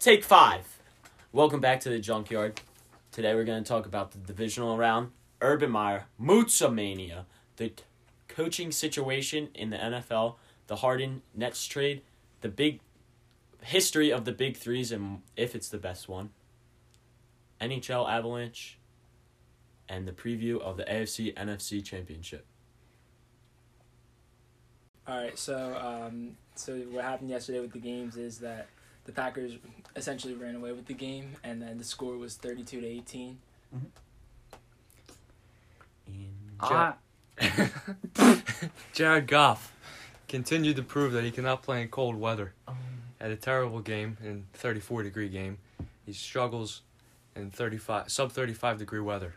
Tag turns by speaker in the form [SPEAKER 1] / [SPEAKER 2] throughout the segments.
[SPEAKER 1] Take five. Welcome back to the junkyard. Today we're going to talk about the divisional round, Urban Meyer, Mutsa Mania, the c- coaching situation in the NFL, the Harden Nets trade, the big history of the big threes and if it's the best one, NHL Avalanche, and the preview of the AFC NFC Championship.
[SPEAKER 2] All right, so um, so what happened yesterday with the games is that the Packers essentially ran away with the game, and then the score was thirty-two to eighteen.
[SPEAKER 1] And
[SPEAKER 3] Ah. Jared Goff continued to prove that he cannot play in cold weather. Had a terrible game in 34 degree game. He struggles in 35 sub 35 degree weather.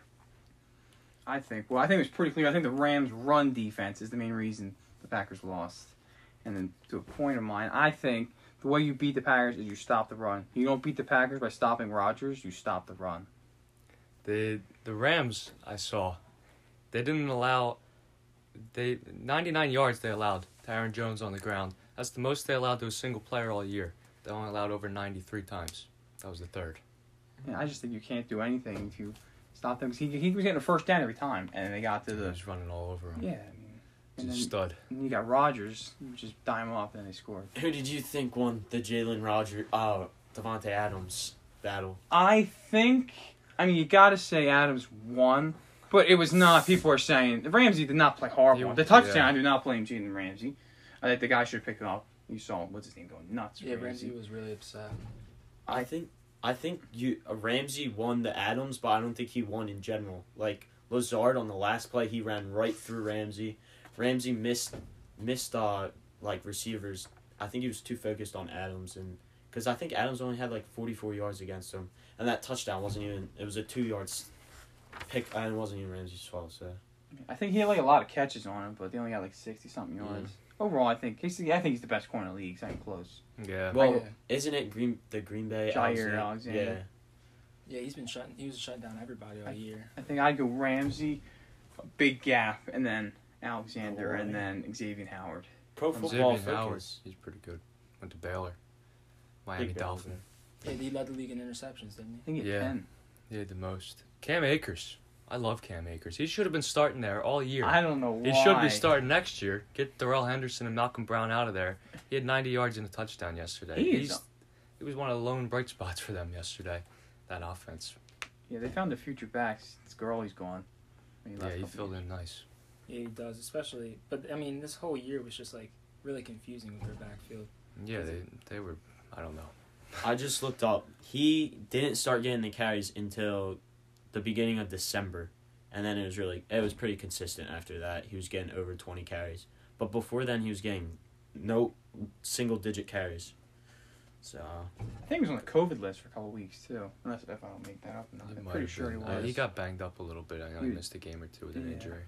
[SPEAKER 4] I think. Well, I think it was pretty clear. I think the Rams' run defense is the main reason the Packers lost. And then to a point of mine, I think the way you beat the Packers is you stop the run. You don't beat the Packers by stopping Rodgers. You stop the run.
[SPEAKER 3] The the Rams I saw, they didn't allow they 99 yards they allowed Tyron Jones on the ground. That's the most they allowed to a single player all year. They only allowed over 93 times. That was the third.
[SPEAKER 4] And I just think you can't do anything if you stop them. 'Cause he, he was getting a first down every time, and they got to
[SPEAKER 3] He
[SPEAKER 4] the
[SPEAKER 3] was running all over him.
[SPEAKER 4] yeah. I mean,
[SPEAKER 3] He's
[SPEAKER 4] and
[SPEAKER 3] a
[SPEAKER 4] then
[SPEAKER 3] stud.
[SPEAKER 4] you got Rodgers, you just dime off, and they scored.
[SPEAKER 1] Who did you think won the Jalen Roger, uh, Devontae Adams battle?
[SPEAKER 4] I think. I mean, you got to say Adams won, but it was not. People are saying Ramsey did not play horrible.
[SPEAKER 3] He-
[SPEAKER 4] the touchdown,
[SPEAKER 3] yeah.
[SPEAKER 4] I do not blame Jalen Ramsey. I think the guy should have picked him up. You saw what's his name going nuts.
[SPEAKER 2] Yeah, Ramsey was really upset.
[SPEAKER 1] I think I think you uh, Ramsey won the Adams, but I don't think he won in general. Like Lazard on the last play, he ran right through Ramsey. Ramsey missed missed uh like receivers. I think he was too focused on Adams and because I think Adams only had like forty four yards against him, and that touchdown wasn't even. It was a two yards pick, and it wasn't even Ramsey's fault. So
[SPEAKER 4] I think he had like a lot of catches on him, but they only got like sixty something yards. Overall, I think he's. I think he's the best corner in the league. It's not even close.
[SPEAKER 3] Yeah.
[SPEAKER 1] well,
[SPEAKER 2] yeah.
[SPEAKER 1] isn't it Green the Green Bay
[SPEAKER 4] Jair Alexander.
[SPEAKER 1] Yeah.
[SPEAKER 2] Yeah, he's been shutting. He was shutting down everybody all year.
[SPEAKER 4] I think I'd go Ramsey, a big gap, and then Alexander, and
[SPEAKER 1] Oh,
[SPEAKER 4] then Xavier Howard.
[SPEAKER 1] Pro
[SPEAKER 3] From
[SPEAKER 1] Football
[SPEAKER 3] Xavier Howard,
[SPEAKER 1] Focus.
[SPEAKER 3] he's pretty good. Went to Baylor, Miami
[SPEAKER 1] Big Baylor.
[SPEAKER 3] Dolphin.
[SPEAKER 2] Yeah, he led the league in interceptions, didn't
[SPEAKER 4] I think he had
[SPEAKER 3] Yeah.
[SPEAKER 4] ten.
[SPEAKER 3] He had the most. Cam Akers, I love Cam Akers. He should have been starting there all year.
[SPEAKER 4] I don't know why.
[SPEAKER 3] he should be starting next year. Get Darrell Henderson and Malcolm Brown out of there. He had 90 yards and a touchdown yesterday.
[SPEAKER 4] He is-
[SPEAKER 3] He's, he was one of the lone bright spots for them yesterday. That offense.
[SPEAKER 4] Yeah, they found the future backs. This girl, he's gone. He
[SPEAKER 3] yeah,
[SPEAKER 4] left
[SPEAKER 3] he
[SPEAKER 4] a couple
[SPEAKER 3] filled in nice.
[SPEAKER 2] he? Yeah, he does, especially. But I mean, this whole year was just like really confusing with their backfield.
[SPEAKER 3] Yeah, they they were. I don't know.
[SPEAKER 1] I just looked up. He didn't start getting the carries until the beginning of December, and then it was really it was pretty consistent after that. He was getting over twenty carries, but before then he was getting no single digit carries. So
[SPEAKER 4] I think he was on the COVID list for a couple weeks too. Unless if I don't make that up, or not.
[SPEAKER 3] It
[SPEAKER 4] I'm
[SPEAKER 3] might
[SPEAKER 4] pretty
[SPEAKER 3] have
[SPEAKER 4] sure he
[SPEAKER 3] been-
[SPEAKER 4] was.
[SPEAKER 3] uh, he got banged up a little bit. I know he
[SPEAKER 4] Dude.
[SPEAKER 3] missed a game or two with an
[SPEAKER 4] Yeah.
[SPEAKER 3] injury.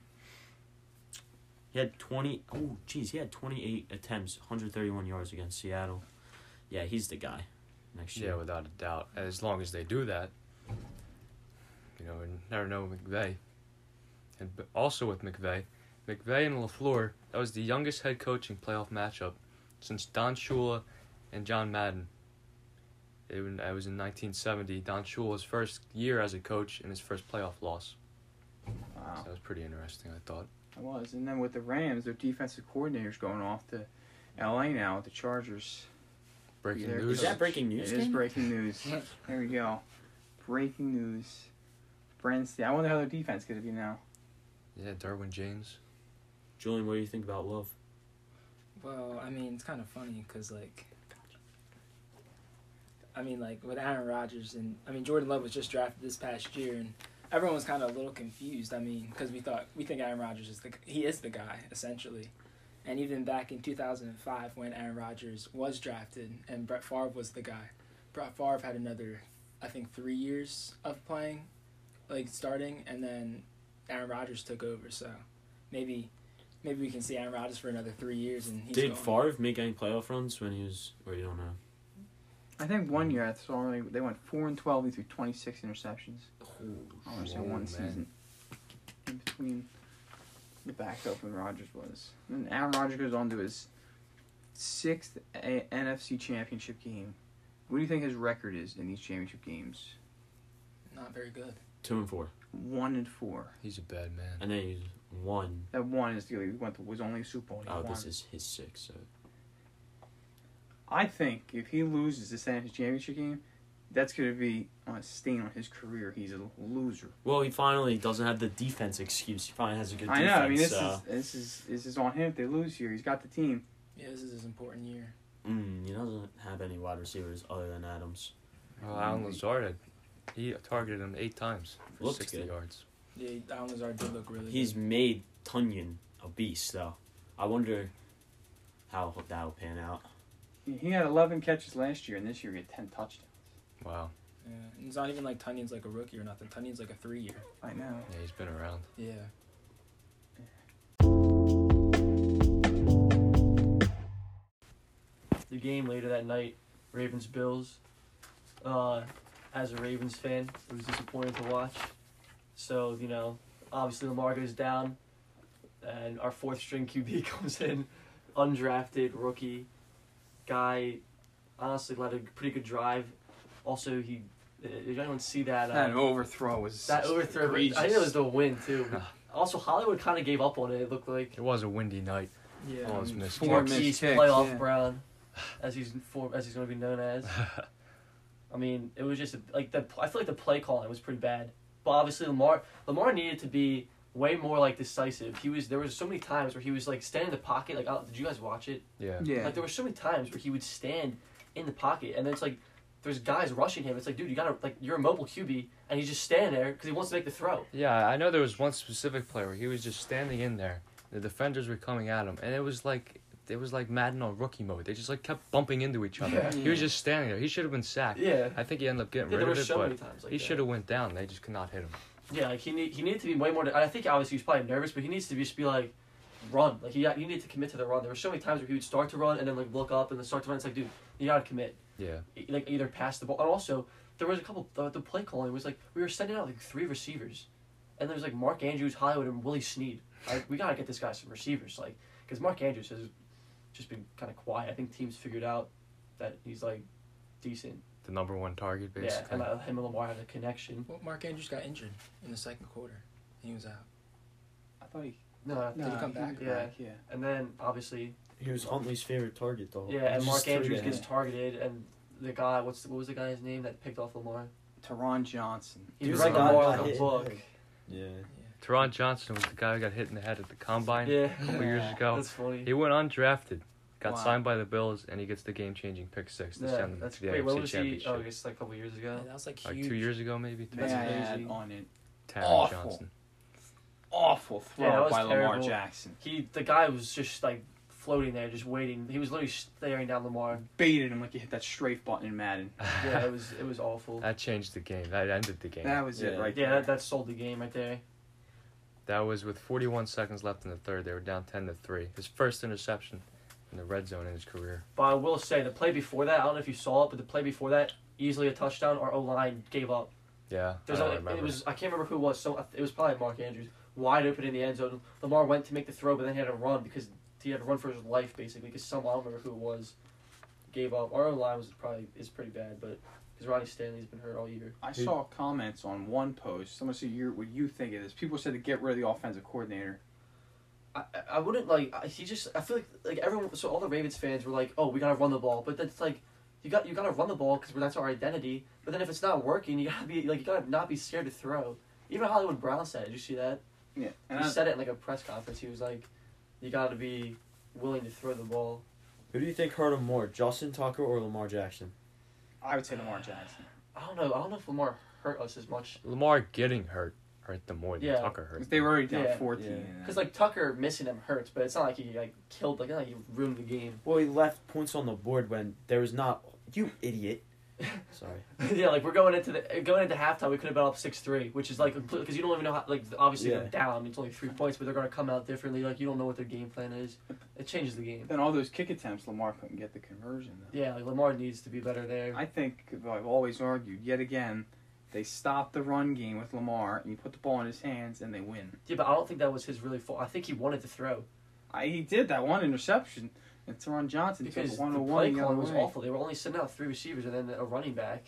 [SPEAKER 1] he had twenty. Oh, geez, he had twenty eight attempts, one hundred thirty one yards against Seattle. Yeah, he's the guy next year.
[SPEAKER 3] Yeah, without a doubt. As long as they do that, you know, and never know with McVay. And but also with McVay, McVay and Lafleur, that was the youngest head coaching playoff matchup since Don Shula and John Madden. It was, it was in 1970. Don Shula's first year as a coach and his first playoff loss. So
[SPEAKER 4] Wow,
[SPEAKER 3] that was pretty interesting, I thought.
[SPEAKER 4] it was. And then with the Rams, their defensive coordinator's going off to L.A. now with the Chargers.
[SPEAKER 3] Breaking
[SPEAKER 4] Either-
[SPEAKER 3] news.
[SPEAKER 1] is that breaking
[SPEAKER 4] It
[SPEAKER 1] news?
[SPEAKER 4] is
[SPEAKER 1] Ken?
[SPEAKER 4] breaking news. there we go. Breaking news. Brent Sta- I wonder how their defense could be now.
[SPEAKER 3] Yeah, Darwin James.
[SPEAKER 1] Julian, what do you think about Love?
[SPEAKER 2] Well, I mean, it's kind of funny because like, I mean, like with Aaron Rodgers and I mean Jordan Love was just drafted this past year, and everyone was kind of a little confused. I mean, because we thought we think Aaron Rodgers is the he is the guy essentially, and even back in two thousand and five when Aaron Rodgers was drafted and Brett Favre was the guy, Brett Favre had another I think three years of playing, like starting, and then Aaron Rodgers took over. So maybe. Maybe we can see Aaron Rodgers for another three years, and he's
[SPEAKER 1] Did
[SPEAKER 2] gone.
[SPEAKER 1] Favre make any playoff runs when he was? Or you don't know?
[SPEAKER 4] I think
[SPEAKER 3] Mm.
[SPEAKER 4] one year I saw they they went four and twelve and threw twenty six interceptions. I want to say
[SPEAKER 3] Whoa,
[SPEAKER 4] one
[SPEAKER 3] man.
[SPEAKER 4] season in between the backup when Rodgers was. And Aaron Rodgers goes on to his sixth A- NFC Championship game What do you think his record is in these championship games?
[SPEAKER 2] Not very good.
[SPEAKER 1] Two and four.
[SPEAKER 4] One and four.
[SPEAKER 3] He's a bad man.
[SPEAKER 1] And then he's one.
[SPEAKER 4] That one is the he went to, was only a Super Bowl. He
[SPEAKER 1] Oh,
[SPEAKER 4] won.
[SPEAKER 1] this is his six. So.
[SPEAKER 4] I think if he loses the Senate championship game, that's going to be a stain on his career. He's a loser.
[SPEAKER 1] Well, he finally doesn't have the defense excuse. He finally has a good defense. uh,
[SPEAKER 4] I know. I mean, this
[SPEAKER 1] so-
[SPEAKER 4] is this is this is on him if they lose here. He's got the team.
[SPEAKER 2] Yeah, this is his important year.
[SPEAKER 1] Mm, he doesn't have any wide receivers other than Adams.
[SPEAKER 3] Well, Alan Lazard, had, he targeted him eight times for
[SPEAKER 1] Looks
[SPEAKER 3] 60
[SPEAKER 1] good.
[SPEAKER 3] yards.
[SPEAKER 2] Yeah, Alan Lazard did look really
[SPEAKER 1] He's
[SPEAKER 2] good.
[SPEAKER 1] made Tunyon a beast, though. I wonder how that'll pan out.
[SPEAKER 4] He had 11 catches last year, and this year he had 10 touchdowns.
[SPEAKER 3] Wow.
[SPEAKER 2] Yeah. And It's not even like Tunyon's like a rookie or nothing. Tunyon's like a three year.
[SPEAKER 4] I know.
[SPEAKER 3] Yeah, he's been around.
[SPEAKER 2] Yeah.
[SPEAKER 5] the game later that night, Ravens Bills. Uh, as a Ravens fan, it was disappointing to watch. So you know, obviously Lamar goes down, and our fourth string QB comes in, undrafted rookie guy. Honestly, led a pretty good drive. Also, he uh, did anyone see that?
[SPEAKER 4] That
[SPEAKER 5] Uh,
[SPEAKER 4] overthrow was
[SPEAKER 5] that overthrow. I think it was the win too. Also, Hollywood kind of gave up on it. It looked like
[SPEAKER 3] It was a windy night.
[SPEAKER 5] yeah.
[SPEAKER 3] All his
[SPEAKER 4] um,
[SPEAKER 3] missed
[SPEAKER 4] four
[SPEAKER 3] kicks.
[SPEAKER 4] missed-
[SPEAKER 5] Marquise
[SPEAKER 4] kicks,
[SPEAKER 5] playoff
[SPEAKER 4] yeah.
[SPEAKER 5] Brown, as he's for, as he's going to be known as. I mean, it was just like the. I feel like the play calling was pretty bad. But obviously, Lamar Lamar needed to be way more like decisive. He was there was so many times where he was like standing in the pocket. Like, I don't- did you guys watch it?
[SPEAKER 3] Yeah.
[SPEAKER 4] Yeah.
[SPEAKER 5] Like there were so many times where he would stand in the pocket, and then it's like there's guys rushing him. It's like, dude, you gotta like you're a mobile QB, and he's just standing there because he wants to make the throw.
[SPEAKER 3] Yeah, I know there was one specific player where he was just standing in there. The defenders were coming at him, and it was like it was like Madden on rookie mode. They just like kept bumping into each other.
[SPEAKER 5] Yeah.
[SPEAKER 3] He was just standing there. He should have been sacked.
[SPEAKER 5] Yeah.
[SPEAKER 3] I think he ended up getting
[SPEAKER 5] Yeah,
[SPEAKER 3] rid
[SPEAKER 5] there were
[SPEAKER 3] of it,
[SPEAKER 5] so
[SPEAKER 3] but
[SPEAKER 5] many times. Like
[SPEAKER 3] he
[SPEAKER 5] that.
[SPEAKER 3] should have went down. They just could not hit him.
[SPEAKER 5] Yeah, like he need, he needed to be way more. I think obviously he's probably nervous, but he needs to just be like, run. Like he got, you need to commit to the run. There were so many times where he would start to run and then like look up and then start to run. It's like, dude, you gotta commit.
[SPEAKER 3] Yeah.
[SPEAKER 5] E- Like either pass the ball. And also, there was a couple. The, the play calling was like we were sending out like three receivers, and there was like Mark Andrews, Hollywood, and Willie Snead. Like we gotta get this guy some receivers, like because Mark Andrews has just been kind of quiet. I think teams figured out that he's like decent.
[SPEAKER 3] The number one target,
[SPEAKER 5] Yeah,
[SPEAKER 3] basically.
[SPEAKER 5] and uh, him and Lamar have a connection.
[SPEAKER 2] Well, Mark Andrews got injured in the second quarter. He was out.
[SPEAKER 4] I thought he.
[SPEAKER 5] No, I
[SPEAKER 2] No,
[SPEAKER 5] think-
[SPEAKER 2] he come back?
[SPEAKER 4] was
[SPEAKER 5] Yeah.
[SPEAKER 4] Yeah.
[SPEAKER 5] and then obviously
[SPEAKER 1] He was Huntley's favorite target, though.
[SPEAKER 5] Yeah, and Mark Andrews
[SPEAKER 4] that.
[SPEAKER 5] gets targeted, and the guy, what's what was the guy's name that picked off Lamar?
[SPEAKER 4] Teron Johnson.
[SPEAKER 5] He
[SPEAKER 1] Dude,
[SPEAKER 5] was
[SPEAKER 1] that
[SPEAKER 5] like
[SPEAKER 1] guy
[SPEAKER 5] Lamar
[SPEAKER 1] got
[SPEAKER 5] like
[SPEAKER 1] hit
[SPEAKER 5] a
[SPEAKER 1] in
[SPEAKER 5] book.
[SPEAKER 1] Yeah.
[SPEAKER 3] Teron Johnson was the guy who got hit in the head at the combine
[SPEAKER 5] Yeah,
[SPEAKER 4] Oh
[SPEAKER 3] a couple years ago.
[SPEAKER 5] that's funny.
[SPEAKER 3] He went undrafted, got
[SPEAKER 4] Wow.
[SPEAKER 3] signed by the Bills, and he gets the game-changing pick six to
[SPEAKER 5] Yeah,
[SPEAKER 3] send them
[SPEAKER 5] that's
[SPEAKER 3] to the
[SPEAKER 5] great. Where
[SPEAKER 3] AFC
[SPEAKER 5] was he?
[SPEAKER 3] Championship.
[SPEAKER 5] Oh, I guess like a couple years
[SPEAKER 2] Yeah,
[SPEAKER 5] ago.
[SPEAKER 2] that was like huge.
[SPEAKER 3] like two years ago, maybe.
[SPEAKER 4] That's
[SPEAKER 5] That's
[SPEAKER 4] bad
[SPEAKER 5] crazy.
[SPEAKER 4] on it.
[SPEAKER 3] Taron
[SPEAKER 4] Awful.
[SPEAKER 3] Johnson.
[SPEAKER 4] Awful throw
[SPEAKER 5] Yeah, that was
[SPEAKER 4] by Lamar
[SPEAKER 5] terrible.
[SPEAKER 4] Jackson.
[SPEAKER 5] He, the guy was just like floating there, just waiting. He was literally staring down Lamar.
[SPEAKER 4] Baited him like he hit that strafe button in Madden.
[SPEAKER 5] Yeah, it was it was awful.
[SPEAKER 3] That changed the game. That ended the game.
[SPEAKER 4] That was
[SPEAKER 1] Yeah.
[SPEAKER 4] it right
[SPEAKER 5] Yeah,
[SPEAKER 4] there.
[SPEAKER 5] that, that sold the game right there.
[SPEAKER 3] That was with 41 seconds left in the third. They were down 10 to 3. His first interception in the red zone in his career.
[SPEAKER 5] But I will say the play before that, I don't know if you saw it, but the play before that, easily a touchdown. Our O line gave up.
[SPEAKER 3] Yeah.
[SPEAKER 5] There's
[SPEAKER 3] I don't
[SPEAKER 5] only,
[SPEAKER 3] remember.
[SPEAKER 5] it was I can't remember who it was. So uh, it was probably Mark Andrews, wide open in the end zone. Lamar went to make the throw, but then he had to run because he had to run for his life basically because some I don't remember who it was gave up. Our own line was probably is pretty bad, but because Ronnie Stanley's been hurt all year.
[SPEAKER 4] I saw comments on one post. Someone said, your, "What you think of this?" People said to get rid of the offensive coordinator.
[SPEAKER 5] I, I- I wouldn't like I- he just I feel like like everyone so all the Ravens fans were like oh we gotta run the ball but that's like you got you gotta run the ball because that's our identity but then if it's not working you gotta be like you gotta not be scared to throw even Hollywood Brown said it. did you see that
[SPEAKER 4] Yeah, and
[SPEAKER 5] he
[SPEAKER 4] I,
[SPEAKER 5] said it in like a press conference he was like you gotta be willing to throw the ball
[SPEAKER 1] Who do you think hurt him more, Justin Tucker or Lamar Jackson?
[SPEAKER 4] I would say Lamar Jackson.
[SPEAKER 5] I don't know I don't know if Lamar hurt us as much
[SPEAKER 3] Lamar getting hurt hurt them more than
[SPEAKER 5] Yeah.
[SPEAKER 3] Tucker hurt.
[SPEAKER 4] 'Cause They were already down
[SPEAKER 5] Yeah.
[SPEAKER 4] 14.
[SPEAKER 1] Yeah.
[SPEAKER 4] and-
[SPEAKER 5] because like Tucker missing him hurts but it's not like he like killed like not like he ruined the game
[SPEAKER 1] Well, he left points on the board when there was not. You idiot. Sorry.
[SPEAKER 5] yeah, like we're going into the going into halftime. We could have been up six three, which is like because you don't even know how. Like obviously
[SPEAKER 1] Yeah.
[SPEAKER 5] they're down. It's only three points, but they're gonna come out differently. Like you don't know what their game plan is. It changes the game.
[SPEAKER 4] Then all those kick attempts, Lamar couldn't get the conversion. Though.
[SPEAKER 5] Yeah, like Lamar needs to be better there.
[SPEAKER 4] I think though I've always argued yet again. They stopped the run game with Lamar, and you put the ball in his hands, and they win.
[SPEAKER 5] Yeah, but I don't think that was his really fault. I think he wanted to throw.
[SPEAKER 4] I, he did that one interception, And Teron Johnson
[SPEAKER 5] Because
[SPEAKER 4] took
[SPEAKER 5] the
[SPEAKER 4] 101
[SPEAKER 5] play
[SPEAKER 4] the
[SPEAKER 5] calling
[SPEAKER 4] other
[SPEAKER 5] was
[SPEAKER 4] way.
[SPEAKER 5] awful. They were only sending out three receivers and then a running back.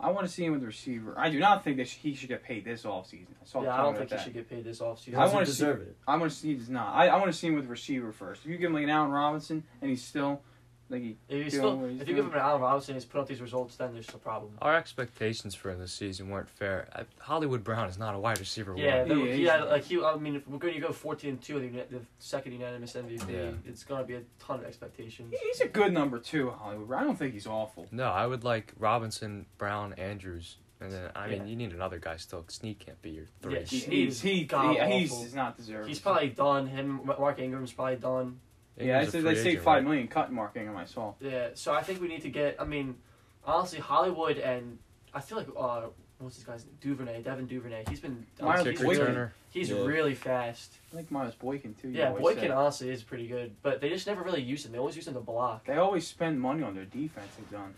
[SPEAKER 4] I want to see him with the receiver. I do not think that he should get paid this offseason. I saw
[SPEAKER 5] Yeah, I
[SPEAKER 4] I
[SPEAKER 5] don't think he
[SPEAKER 4] that.
[SPEAKER 5] should get paid this offseason.
[SPEAKER 4] I wanna see-
[SPEAKER 1] deserve it.
[SPEAKER 4] I want to see he does not. I, I want to see him with the receiver first. If you give him like an Allen Robinson and he's still like he,
[SPEAKER 5] If you,
[SPEAKER 4] doing
[SPEAKER 5] still,
[SPEAKER 4] what he's
[SPEAKER 5] if you give him
[SPEAKER 4] doing.
[SPEAKER 5] an Allen Robinson, he's put up these results, then there's a problem.
[SPEAKER 3] Our expectations for him this season weren't fair. I, Hollywood Brown is not a wide receiver.
[SPEAKER 5] Yeah,
[SPEAKER 3] one.
[SPEAKER 5] there-
[SPEAKER 4] Yeah,
[SPEAKER 5] he
[SPEAKER 4] he's-
[SPEAKER 5] had like he. I mean, if we're going to go 14 and two, the, uni- the second unanimous MVP,
[SPEAKER 3] Yeah.
[SPEAKER 5] it's going to be a ton of expectations.
[SPEAKER 4] he- he's a good number two Hollywood. I don't think he's awful.
[SPEAKER 3] No, I would like Robinson, Brown, Andrews, and then I mean
[SPEAKER 5] Yeah.
[SPEAKER 3] you need another guy still. Sneak can't be your three.
[SPEAKER 5] Yeah,
[SPEAKER 4] He,
[SPEAKER 5] Snead
[SPEAKER 4] he,
[SPEAKER 5] is
[SPEAKER 4] he,
[SPEAKER 5] god
[SPEAKER 4] he- he's
[SPEAKER 5] awful.
[SPEAKER 4] does not deserved.
[SPEAKER 5] He's probably done. Him, Mark Ingram's probably done.
[SPEAKER 4] yeah. I
[SPEAKER 3] Ingram's a
[SPEAKER 4] said
[SPEAKER 3] free
[SPEAKER 4] they saved
[SPEAKER 3] agent,
[SPEAKER 4] five
[SPEAKER 3] right?
[SPEAKER 4] million cut marking on my saw.
[SPEAKER 5] Yeah, so I think we need to get. I mean, honestly, Hollywood and I feel like uh, what's this guy's name? Duvernay, Devin Duvernay. He's been.
[SPEAKER 4] Miles
[SPEAKER 5] he's
[SPEAKER 3] Kick
[SPEAKER 4] Boykin.
[SPEAKER 5] really,
[SPEAKER 3] returner.
[SPEAKER 5] he's
[SPEAKER 1] Yeah.
[SPEAKER 5] really fast.
[SPEAKER 4] I think Miles Boykin too. you
[SPEAKER 5] Yeah,
[SPEAKER 4] always
[SPEAKER 5] Boykin
[SPEAKER 4] said.
[SPEAKER 5] honestly is pretty good, but they just never really use him. They always use him to block.
[SPEAKER 4] They always spend money on their defense. They've done.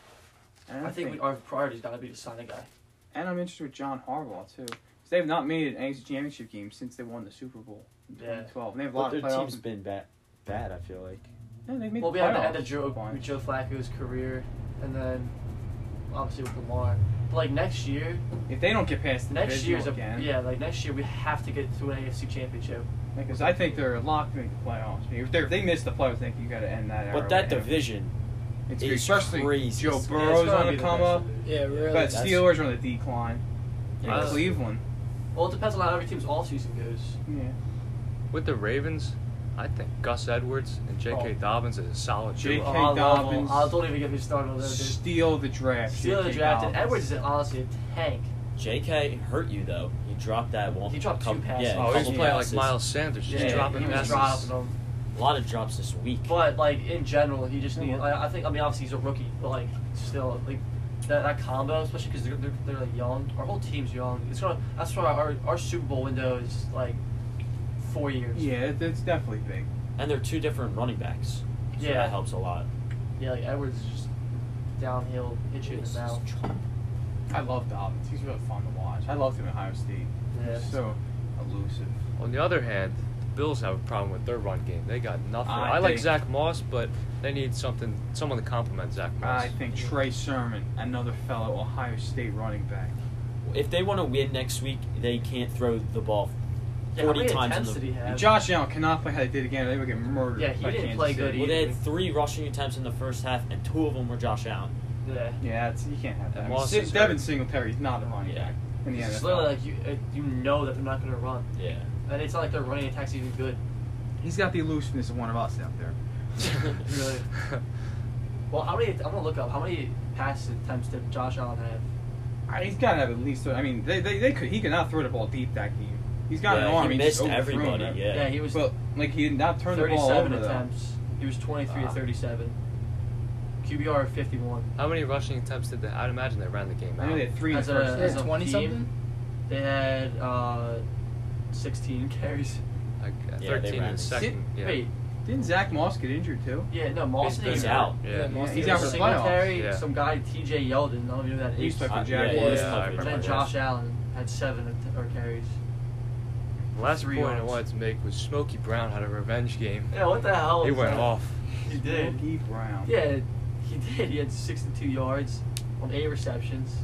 [SPEAKER 4] And
[SPEAKER 5] I think we, our priority's got to be to sign a guy.
[SPEAKER 4] and I'm interested with John Harbaugh too. 'Cause They've not made an AFC Championship game since they won the Super Bowl in
[SPEAKER 5] Yeah.
[SPEAKER 4] 2012. And they have a
[SPEAKER 1] But
[SPEAKER 4] lot
[SPEAKER 1] their
[SPEAKER 4] of
[SPEAKER 1] team's
[SPEAKER 4] playoffs.
[SPEAKER 1] been bad. Bad, I feel like.
[SPEAKER 4] Yeah, they made
[SPEAKER 5] Well,
[SPEAKER 4] the
[SPEAKER 5] we had the
[SPEAKER 4] playoffs.
[SPEAKER 5] end of Joe,
[SPEAKER 4] Fine.
[SPEAKER 5] Joe Flacco's career, and then obviously with Lamar. But like next year,
[SPEAKER 4] If they don't get past the
[SPEAKER 5] next
[SPEAKER 4] divisional
[SPEAKER 5] year's a
[SPEAKER 4] again,
[SPEAKER 5] yeah, like next year we have to get to an AFC championship.
[SPEAKER 4] Because I think they're locked to make the playoffs. If, they're- if they miss the playoffs, I think you got to end that. era
[SPEAKER 1] But that
[SPEAKER 4] right now.
[SPEAKER 1] division,
[SPEAKER 4] it's
[SPEAKER 1] is
[SPEAKER 4] especially
[SPEAKER 1] crazy.
[SPEAKER 4] Joe
[SPEAKER 1] Yeah,
[SPEAKER 5] Yeah, it's
[SPEAKER 4] Burrow's
[SPEAKER 5] gotta
[SPEAKER 4] on
[SPEAKER 5] be
[SPEAKER 4] the
[SPEAKER 5] the
[SPEAKER 4] come
[SPEAKER 5] best
[SPEAKER 4] up.
[SPEAKER 5] of it.
[SPEAKER 2] Yeah, really.
[SPEAKER 4] But
[SPEAKER 1] that's-
[SPEAKER 4] Steelers are on the decline. And
[SPEAKER 3] Uh,
[SPEAKER 4] Cleveland,
[SPEAKER 5] Well, it depends on how every team's all season goes.
[SPEAKER 4] yeah,
[SPEAKER 3] With the Ravens, I think Gus Edwards and J.K.
[SPEAKER 5] Oh.
[SPEAKER 3] Dobbins is a solid
[SPEAKER 4] J.K.
[SPEAKER 3] duo.
[SPEAKER 5] Oh, I love him.
[SPEAKER 4] Dobbins.
[SPEAKER 5] I don't even get me started on that. dude.
[SPEAKER 4] steal the draft.
[SPEAKER 5] Stealing Oh, the
[SPEAKER 4] JK
[SPEAKER 5] draft, and
[SPEAKER 4] Dobbins.
[SPEAKER 5] Edwards is honestly a tank.
[SPEAKER 1] JK hurt you though. He dropped that one.
[SPEAKER 5] He dropped two
[SPEAKER 1] Couple-
[SPEAKER 5] passes.
[SPEAKER 1] Yeah,
[SPEAKER 3] Oh, he's
[SPEAKER 1] couple
[SPEAKER 3] playing like
[SPEAKER 1] passes.
[SPEAKER 3] Miles Sanders, just
[SPEAKER 5] Yeah,
[SPEAKER 3] dropping
[SPEAKER 5] he was
[SPEAKER 3] passes.
[SPEAKER 5] dropping them.
[SPEAKER 1] A lot of drops this week.
[SPEAKER 5] But like in general, he just needs.
[SPEAKER 4] Mhm.
[SPEAKER 5] I, I think. I mean, obviously he's a rookie, but like still, like that, that combo, especially because they're, they're they're like young. Our whole team's young. It's gonna. That's why our our Super Bowl window is like four years.
[SPEAKER 4] Yeah, it, it's definitely big.
[SPEAKER 1] and they're two different running backs. So
[SPEAKER 5] Yeah.
[SPEAKER 1] that helps a lot.
[SPEAKER 5] Yeah, Like Edwards is just downhill, hit you in the mouth.
[SPEAKER 4] I love Dobbins. He's really fun to watch. I loved him at Ohio State.
[SPEAKER 5] Yeah.
[SPEAKER 4] He's so elusive.
[SPEAKER 3] On the other hand, the Bills have a problem with their run game. They got nothing.
[SPEAKER 4] I
[SPEAKER 3] I, like
[SPEAKER 4] think-
[SPEAKER 3] Zach Moss, but they need something, someone to complement Zach Moss.
[SPEAKER 4] I think Trey Sermon, another fellow Ohio State running back.
[SPEAKER 1] If they want to win next week, they can't throw the ball
[SPEAKER 5] Yeah, how
[SPEAKER 1] 40
[SPEAKER 5] many
[SPEAKER 1] times in the
[SPEAKER 5] attempts did he have?
[SPEAKER 4] And Josh Allen cannot play how they did again. They would get murdered.
[SPEAKER 5] Yeah, he
[SPEAKER 4] by
[SPEAKER 5] didn't
[SPEAKER 4] Kansas
[SPEAKER 5] play good
[SPEAKER 4] City.
[SPEAKER 1] Well, they had three rushing attempts in the first half, and two of them were Josh Allen.
[SPEAKER 5] yeah.
[SPEAKER 4] Yeah, it's, you can't have that.
[SPEAKER 3] And
[SPEAKER 4] I mean,
[SPEAKER 3] Moss
[SPEAKER 4] Sid-
[SPEAKER 3] is hurt.
[SPEAKER 4] Devin Singletary's not a running
[SPEAKER 1] Yeah.
[SPEAKER 4] back in the
[SPEAKER 5] It's
[SPEAKER 4] NFL.
[SPEAKER 5] literally like you, uh, you know that they're not going to run,
[SPEAKER 1] Yeah.
[SPEAKER 5] and it's not like their running attack's even good.
[SPEAKER 4] He's got the elusiveness of one of us out there.
[SPEAKER 5] Really. Well, how many? I'm gonna look up how many pass attempts did Josh Allen have?
[SPEAKER 4] I- Uh, He's got to have at least. I mean, they, they, they could. He could not throw the ball deep that game. He's got
[SPEAKER 1] Yeah,
[SPEAKER 4] an arm.
[SPEAKER 1] He missed
[SPEAKER 4] just overthrew
[SPEAKER 1] everybody.
[SPEAKER 4] him.
[SPEAKER 1] Yeah.
[SPEAKER 5] he was
[SPEAKER 4] But like he did not turn the ball
[SPEAKER 5] 37
[SPEAKER 4] over. Though. Ah.
[SPEAKER 5] attempts. He was 23 to
[SPEAKER 4] Wow.
[SPEAKER 5] 37. QBR of 51.
[SPEAKER 3] How many rushing attempts did they? I'd imagine they ran the game
[SPEAKER 4] I know
[SPEAKER 3] out.
[SPEAKER 4] they had three in the
[SPEAKER 5] As a-
[SPEAKER 4] first. half.
[SPEAKER 5] as a
[SPEAKER 2] twenty something.
[SPEAKER 5] They had uh, 16 carries.
[SPEAKER 3] Like, uh,
[SPEAKER 1] Yeah, they
[SPEAKER 3] 13
[SPEAKER 1] ran
[SPEAKER 3] in
[SPEAKER 1] it.
[SPEAKER 3] the second. Yeah.
[SPEAKER 5] Wait,
[SPEAKER 4] Didn't Zach Moss get injured too?
[SPEAKER 5] yeah, no, Moss
[SPEAKER 1] He's
[SPEAKER 5] didn't
[SPEAKER 1] out.
[SPEAKER 3] Yeah.
[SPEAKER 2] Yeah,
[SPEAKER 4] Yeah, he's
[SPEAKER 5] It
[SPEAKER 4] out
[SPEAKER 5] was
[SPEAKER 4] for the playoffs.
[SPEAKER 5] Singletary,
[SPEAKER 3] playoffs. Yeah.
[SPEAKER 5] some guy T.J. Yeldon. I don't even know who that
[SPEAKER 4] He
[SPEAKER 5] is.
[SPEAKER 4] used to play
[SPEAKER 1] Uh,
[SPEAKER 4] for
[SPEAKER 1] yeah,
[SPEAKER 4] Jaguars.
[SPEAKER 1] yeah, I
[SPEAKER 5] And then
[SPEAKER 1] remember
[SPEAKER 5] Josh Allen had seven att- or carries.
[SPEAKER 3] Last
[SPEAKER 5] Three
[SPEAKER 3] point I
[SPEAKER 5] yards.
[SPEAKER 3] wanted to make was Smokey Brown had a revenge game.
[SPEAKER 5] Oh, Yeah, what the hell?
[SPEAKER 3] He
[SPEAKER 5] was
[SPEAKER 3] went
[SPEAKER 5] that?
[SPEAKER 3] off.
[SPEAKER 5] He did.
[SPEAKER 4] Smokey Brown.
[SPEAKER 5] Yeah, he did. He had 62 yards on eight receptions.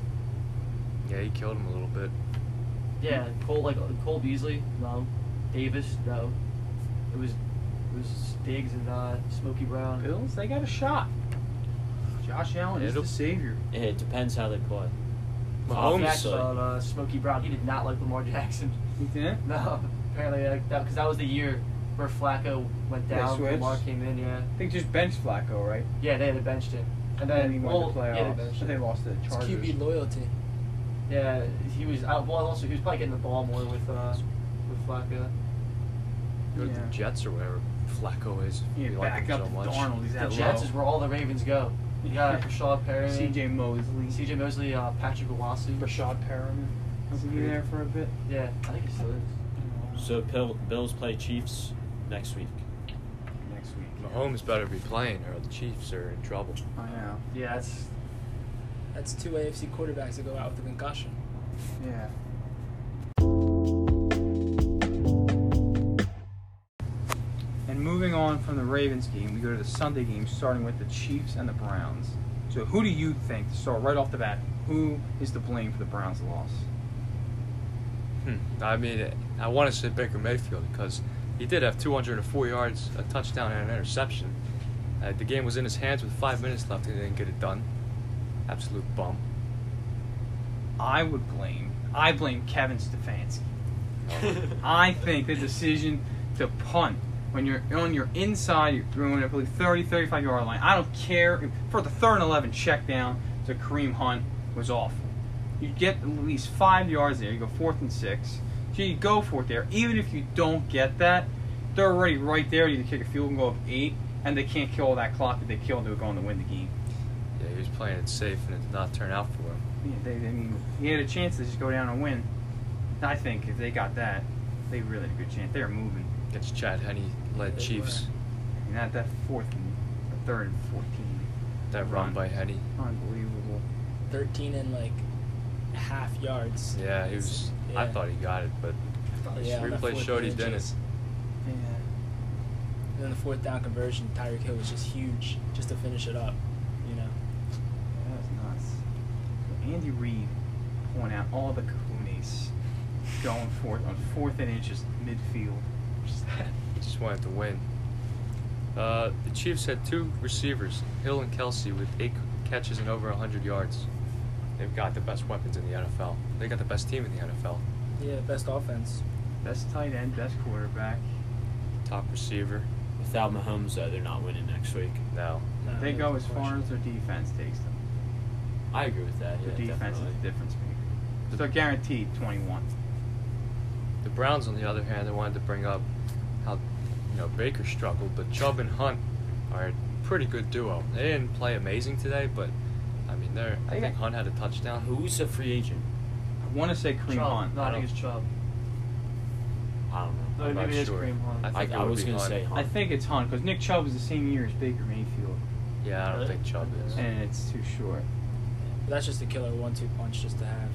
[SPEAKER 3] Yeah, he killed him a little bit.
[SPEAKER 5] Yeah, Cole like Cole Beasley, no. Davis, no. It was it was Diggs and uh, Smokey Brown.
[SPEAKER 4] Bills, they got a shot. Josh Allen is
[SPEAKER 3] It'll-
[SPEAKER 4] the savior.
[SPEAKER 1] It depends how they play.
[SPEAKER 3] Mahomes-
[SPEAKER 5] Facts
[SPEAKER 1] Obviously.
[SPEAKER 5] about uh, Smokey Brown. He did not like Lamar Jackson.
[SPEAKER 4] He didn't.
[SPEAKER 5] No, apparently uh, that because that was the year where Flacco went
[SPEAKER 4] They
[SPEAKER 5] down.
[SPEAKER 4] switched?
[SPEAKER 5] Lamar came in. Yeah,
[SPEAKER 4] I think just bench Flacco, right?
[SPEAKER 5] yeah, they had benched him. And
[SPEAKER 4] And
[SPEAKER 5] then
[SPEAKER 4] then he went
[SPEAKER 5] well,
[SPEAKER 4] to
[SPEAKER 5] yeah,
[SPEAKER 4] playoffs.
[SPEAKER 5] they benched
[SPEAKER 4] but they
[SPEAKER 5] him.
[SPEAKER 4] lost to the
[SPEAKER 2] It's
[SPEAKER 4] Chargers.
[SPEAKER 2] QB loyalty.
[SPEAKER 5] Yeah, he was out. Well, also he was probably getting the ball more with uh, with Flacco.
[SPEAKER 3] Go to
[SPEAKER 4] Yeah.
[SPEAKER 3] the Jets or whatever Flacco is.
[SPEAKER 4] Yeah,
[SPEAKER 3] we
[SPEAKER 4] back
[SPEAKER 3] like him
[SPEAKER 4] up
[SPEAKER 3] so
[SPEAKER 4] to
[SPEAKER 3] much.
[SPEAKER 4] Darnold. He's
[SPEAKER 5] The
[SPEAKER 4] that
[SPEAKER 5] Jets
[SPEAKER 4] low.
[SPEAKER 5] is where all the Ravens go. You got Rashad Perryman,
[SPEAKER 4] C.J. Mosley.
[SPEAKER 5] C.J. Mosley, uh, Patrick Owasu.
[SPEAKER 4] Rashad Perriman. Wasn't he there for a bit?
[SPEAKER 5] Yeah, I think he still is.
[SPEAKER 1] So Pil- Bills play Chiefs next week.
[SPEAKER 4] Next week.
[SPEAKER 3] Mahomes better be playing, or the Chiefs are in trouble.
[SPEAKER 4] I know.
[SPEAKER 5] Yeah, it's
[SPEAKER 2] That's two AFC quarterbacks that go out with a concussion.
[SPEAKER 4] Yeah. And moving on from from the Ravens game, we go to the Sunday game, starting with the Chiefs and the Browns. So, who do you think, to start right off the bat, who is to blame for the Browns' loss?
[SPEAKER 3] Hmm. I mean, I want to say Baker Mayfield because he did have 204 yards, a touchdown, and an interception. Uh, the game was in his hands with five minutes left, and he didn't get it done. Absolute bum.
[SPEAKER 4] I would blame. I blame Kevin Stefanski. I think the decision to punt when you're on your inside, you're on, I believe, 30, 35 yard line. I don't care. For the third and 11 check down to Kareem Hunt was awful. You get at least five yards there. You go fourth and six. So you go for it there. Even if you don't get that, they're already right there. You can kick a field goal of eight, and they can't kill all that clock that they killed to go on to win the game.
[SPEAKER 3] Yeah, he was playing it safe, and it did not turn out for him.
[SPEAKER 4] Yeah, they, I mean, he had a chance to just go down and win. I think if they got that, they really had a good chance. They're moving.
[SPEAKER 3] Against Chad Henney led
[SPEAKER 2] They
[SPEAKER 3] Chiefs.
[SPEAKER 4] And that, that fourth and or third and 14.
[SPEAKER 3] That run by Henney.
[SPEAKER 4] Unbelievable.
[SPEAKER 2] Thirteen and like half yards.
[SPEAKER 3] Yeah, he was. I
[SPEAKER 2] Yeah.
[SPEAKER 3] thought he got it, but
[SPEAKER 2] Yeah, on that
[SPEAKER 3] replay
[SPEAKER 2] fourth
[SPEAKER 3] showed he
[SPEAKER 2] and
[SPEAKER 3] didn't.
[SPEAKER 2] inches.
[SPEAKER 4] Yeah.
[SPEAKER 2] And then the fourth down conversion, Tyreek Hill was just huge, just to finish it up. You know.
[SPEAKER 4] That was nuts. So Andy Reid pulling out all the kahunas going for it on fourth and inches midfield.
[SPEAKER 3] just, just wanted to win. Uh, the Chiefs had two receivers, Hill and Kelsey, with eight catches and over 100 yards. They've got the best weapons in the NFL. They got the best team in the NFL.
[SPEAKER 2] Yeah, best offense.
[SPEAKER 4] Best tight end, best quarterback.
[SPEAKER 3] Top receiver.
[SPEAKER 1] Without Mahomes, though, they're not winning next week.
[SPEAKER 3] No.
[SPEAKER 2] Nah,
[SPEAKER 4] They
[SPEAKER 2] that
[SPEAKER 4] go
[SPEAKER 2] was
[SPEAKER 4] as
[SPEAKER 2] a
[SPEAKER 4] far
[SPEAKER 2] question.
[SPEAKER 4] as their defense takes them.
[SPEAKER 1] I agree with that.
[SPEAKER 4] Their
[SPEAKER 1] yeah,
[SPEAKER 4] defense
[SPEAKER 1] definitely.
[SPEAKER 4] is the difference maker. So guaranteed 21.
[SPEAKER 3] The Browns, on the other hand, I wanted to bring up how you know Baker struggled, but Chubb and Hunt are a pretty good duo. They didn't play amazing today, but I mean, they're. I think Hunt had a touchdown.
[SPEAKER 1] Who's a free agent?
[SPEAKER 4] I want to say Kareem
[SPEAKER 5] Chubb.
[SPEAKER 4] Hunt.
[SPEAKER 5] No, I think
[SPEAKER 3] I
[SPEAKER 5] it's Chubb.
[SPEAKER 1] I don't know.
[SPEAKER 4] Oh,
[SPEAKER 5] No,
[SPEAKER 3] I'm
[SPEAKER 5] maybe
[SPEAKER 3] not
[SPEAKER 5] it is
[SPEAKER 3] sure.
[SPEAKER 5] Kareem Hunt.
[SPEAKER 3] I
[SPEAKER 1] I,
[SPEAKER 3] think it
[SPEAKER 1] I
[SPEAKER 3] would
[SPEAKER 1] was
[SPEAKER 3] be
[SPEAKER 1] gonna
[SPEAKER 3] Hunt.
[SPEAKER 1] say Hunt.
[SPEAKER 4] I think it's Hunt because Nick Chubb is the same year as Baker Mayfield,
[SPEAKER 3] Yeah, I don't
[SPEAKER 5] Really?
[SPEAKER 3] think Chubb is.
[SPEAKER 4] and it's too short.
[SPEAKER 2] But that's just a killer one-two punch just to have.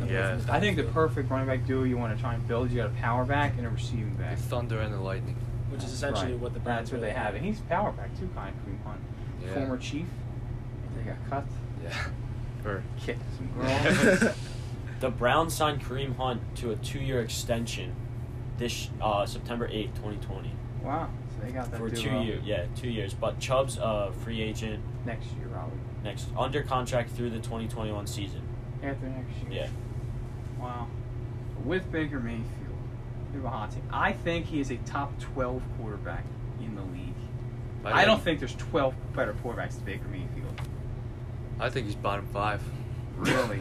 [SPEAKER 2] Coming
[SPEAKER 3] Yeah.
[SPEAKER 2] from
[SPEAKER 4] I think the
[SPEAKER 2] backfield,
[SPEAKER 4] perfect running back duo you want to try and build, you got a power back and a receiving
[SPEAKER 3] The
[SPEAKER 4] back.
[SPEAKER 3] Thunder and the Lightning.
[SPEAKER 2] which is essentially
[SPEAKER 4] Right.
[SPEAKER 2] what the Browns
[SPEAKER 4] That's what they
[SPEAKER 2] really
[SPEAKER 4] have, and he's power back too, kind of Kareem Hunt,
[SPEAKER 3] Yeah.
[SPEAKER 4] former chief. They got cut,
[SPEAKER 3] Yeah. Or
[SPEAKER 4] kicked some
[SPEAKER 3] Yeah.
[SPEAKER 4] girls.
[SPEAKER 1] The Browns signed Kareem Hunt to a two-year extension this uh, September eighth, twenty twenty,
[SPEAKER 4] wow, so they got that
[SPEAKER 1] for
[SPEAKER 4] duo
[SPEAKER 1] two years. Yeah, two years. But Chubb's a free agent
[SPEAKER 4] next year, Robbie.
[SPEAKER 1] next under contract through the twenty twenty one season.
[SPEAKER 4] After next year.
[SPEAKER 1] Yeah,
[SPEAKER 4] Wow. With Baker Mayfield, they have a hot take. I think he is a top twelve quarterback in the league. I don't think there's twelve better quarterbacks than Baker Mayfield.
[SPEAKER 3] I think he's bottom five.
[SPEAKER 4] Really?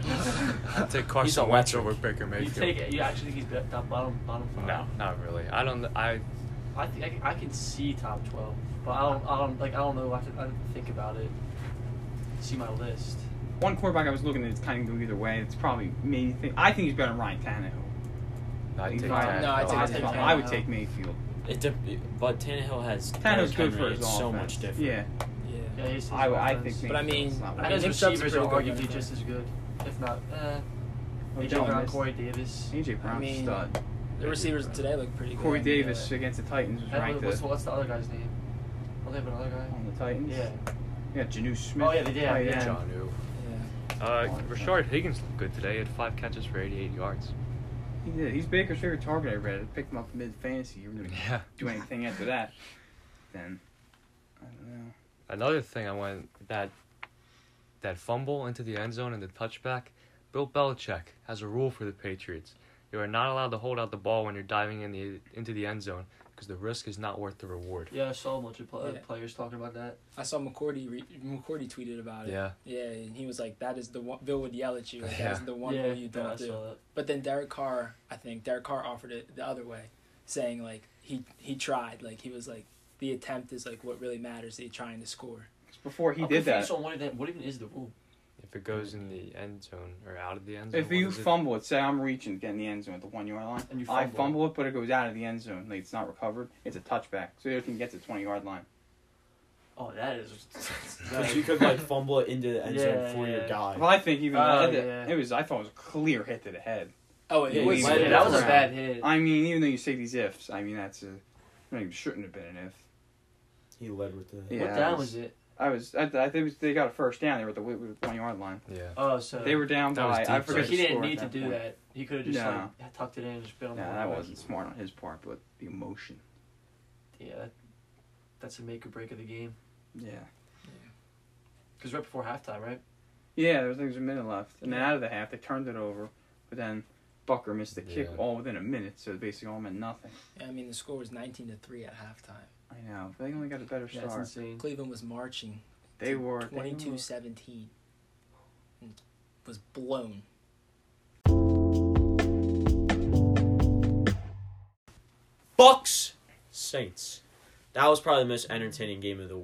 [SPEAKER 3] I take Carson Wentz over Baker
[SPEAKER 5] You
[SPEAKER 3] Mayfield.
[SPEAKER 5] take it. You actually think he's be- top bottom bottom five.
[SPEAKER 3] No, not really. I don't. I
[SPEAKER 5] I think I, can- I can see top twelve, but I don't. I don't like. I don't know. I have to, I have to think about it. See my list.
[SPEAKER 4] One quarterback I was looking at is kind of go either way. It's probably maybe think I think he's better than Ryan Tannehill.
[SPEAKER 3] I
[SPEAKER 4] He's
[SPEAKER 3] take
[SPEAKER 4] probably-
[SPEAKER 3] Tannehill.
[SPEAKER 2] No, I take-
[SPEAKER 4] I,
[SPEAKER 2] I
[SPEAKER 4] would-
[SPEAKER 2] take
[SPEAKER 4] I would
[SPEAKER 5] Tannehill.
[SPEAKER 4] take Mayfield.
[SPEAKER 1] it de- but Tannehill has
[SPEAKER 4] Tannehill's
[SPEAKER 1] Derrick
[SPEAKER 4] good
[SPEAKER 1] Henry.
[SPEAKER 4] for his
[SPEAKER 1] It's so
[SPEAKER 4] offense.
[SPEAKER 1] much different.
[SPEAKER 4] Yeah,
[SPEAKER 2] Yeah.
[SPEAKER 5] Yeah, he's,
[SPEAKER 4] I, would- I think.
[SPEAKER 5] offense.
[SPEAKER 2] But I mean,
[SPEAKER 4] Mayfield's not
[SPEAKER 5] I
[SPEAKER 2] I
[SPEAKER 5] mean,
[SPEAKER 4] bad.
[SPEAKER 5] his
[SPEAKER 2] think Chubb's a
[SPEAKER 5] receivers
[SPEAKER 2] pretty
[SPEAKER 5] are
[SPEAKER 2] good running
[SPEAKER 5] arguably
[SPEAKER 2] back.
[SPEAKER 5] just as good, if not. Eh, AJ
[SPEAKER 4] Brown
[SPEAKER 5] Brown,
[SPEAKER 4] missed.
[SPEAKER 5] Corey Davis.
[SPEAKER 4] AJ
[SPEAKER 2] I
[SPEAKER 4] Brown's a
[SPEAKER 2] mean,
[SPEAKER 4] stud.
[SPEAKER 2] The receivers today look pretty good.
[SPEAKER 4] Corey
[SPEAKER 2] I mean,
[SPEAKER 4] Davis
[SPEAKER 2] uh,
[SPEAKER 4] against the Titans was
[SPEAKER 5] And
[SPEAKER 4] ranked
[SPEAKER 5] what's,
[SPEAKER 4] the-
[SPEAKER 5] what's the other guy's name? Oh, they have another guy.
[SPEAKER 4] on the Titans.
[SPEAKER 5] Yeah.
[SPEAKER 4] Yeah, Janu Smith.
[SPEAKER 5] Oh, yeah, they did.
[SPEAKER 4] tight
[SPEAKER 5] Yeah,
[SPEAKER 4] end.
[SPEAKER 3] John Uh, Rashard Higgins looked good today. He had five catches for 88 yards.
[SPEAKER 4] He did. He's Baker's favorite target. I read. I picked him up mid fantasy. You really
[SPEAKER 3] Yeah.
[SPEAKER 4] do anything after that? Then I don't know.
[SPEAKER 3] Another thing I want that that fumble into the end zone and the touchback. Bill Belichick has a rule for the Patriots. You are not allowed to hold out the ball when you're diving in the into the end zone because the risk is not worth the reward.
[SPEAKER 5] Yeah, I saw a bunch of pl-
[SPEAKER 2] Yeah.
[SPEAKER 5] players talking about that.
[SPEAKER 2] I saw McCourty re- McCourty tweeted about it.
[SPEAKER 3] Yeah.
[SPEAKER 2] Yeah, and he was like, "That is the one." Bill would yell at you, like,
[SPEAKER 3] Yeah.
[SPEAKER 2] "That is the one
[SPEAKER 5] yeah,
[SPEAKER 2] rule you
[SPEAKER 5] yeah, I
[SPEAKER 2] don't do."
[SPEAKER 5] saw that.
[SPEAKER 2] But then Derek Carr, I think Derek Carr offered it the other way, saying like he he tried, like he was like the attempt is like what really matters. That you're trying to score.
[SPEAKER 4] 'Cause Before he
[SPEAKER 5] I'm
[SPEAKER 4] did that,
[SPEAKER 5] confused on what even, what even is the rule?
[SPEAKER 3] If it goes in the end zone or out of the end zone,
[SPEAKER 4] if
[SPEAKER 3] what
[SPEAKER 4] you
[SPEAKER 3] is it?
[SPEAKER 4] fumble it, say I'm reaching, getting the end zone at the one yard line,
[SPEAKER 5] And you
[SPEAKER 4] I
[SPEAKER 5] fumble.
[SPEAKER 4] fumble it, but it goes out of the end zone. Like it's not recovered. It's a touchback, so the other team gets the twenty yard line.
[SPEAKER 5] Oh, that is.
[SPEAKER 1] But you could like fumble it into the end zone
[SPEAKER 5] Yeah,
[SPEAKER 1] for your
[SPEAKER 5] yeah.
[SPEAKER 1] guy.
[SPEAKER 4] Well, I think even
[SPEAKER 5] Oh,
[SPEAKER 4] though it-
[SPEAKER 5] yeah.
[SPEAKER 4] it was, I thought it was a clear hit to the head.
[SPEAKER 2] Oh, it
[SPEAKER 1] Yeah,
[SPEAKER 2] was.
[SPEAKER 1] he
[SPEAKER 5] yeah,
[SPEAKER 1] might-
[SPEAKER 5] that was a
[SPEAKER 4] Brown.
[SPEAKER 5] bad hit.
[SPEAKER 4] I mean, even though you say these ifs, I mean that's a. I mean, it shouldn't have been an if.
[SPEAKER 1] He led with the.
[SPEAKER 4] Yeah,
[SPEAKER 5] what
[SPEAKER 4] I
[SPEAKER 5] down
[SPEAKER 4] was-
[SPEAKER 5] was it?
[SPEAKER 4] I was. I, I think it was, they got a first down. They were at the one yard line.
[SPEAKER 3] Yeah.
[SPEAKER 5] Oh, so
[SPEAKER 4] They were down
[SPEAKER 3] That was
[SPEAKER 4] by.
[SPEAKER 3] deep,
[SPEAKER 4] I
[SPEAKER 5] So
[SPEAKER 4] forget.
[SPEAKER 5] he
[SPEAKER 4] the
[SPEAKER 5] didn't
[SPEAKER 4] score at
[SPEAKER 5] need to do
[SPEAKER 4] point.
[SPEAKER 5] that. He could have just
[SPEAKER 4] No.
[SPEAKER 5] like tucked it in and just been on the
[SPEAKER 4] No,
[SPEAKER 5] ball.
[SPEAKER 4] that wasn't smart on his part, but the emotion.
[SPEAKER 5] Yeah, that, that's a make or break of the game.
[SPEAKER 4] Yeah.
[SPEAKER 5] Because right before halftime, right?
[SPEAKER 4] Yeah, there was, there was a minute left, and then out of the half they turned it over, but then Bucker missed the kick
[SPEAKER 3] Yeah.
[SPEAKER 4] all within a minute, so it basically all meant nothing.
[SPEAKER 2] I mean, the score was 19 to 3 at halftime.
[SPEAKER 4] I know, but they only got a better
[SPEAKER 5] Yeah,
[SPEAKER 4] start.
[SPEAKER 5] that's insane.
[SPEAKER 2] Cleveland was marching
[SPEAKER 4] they were they
[SPEAKER 2] 22
[SPEAKER 4] were-
[SPEAKER 2] 17 and was blown.
[SPEAKER 1] Bucks Saints. That was probably the most entertaining game of the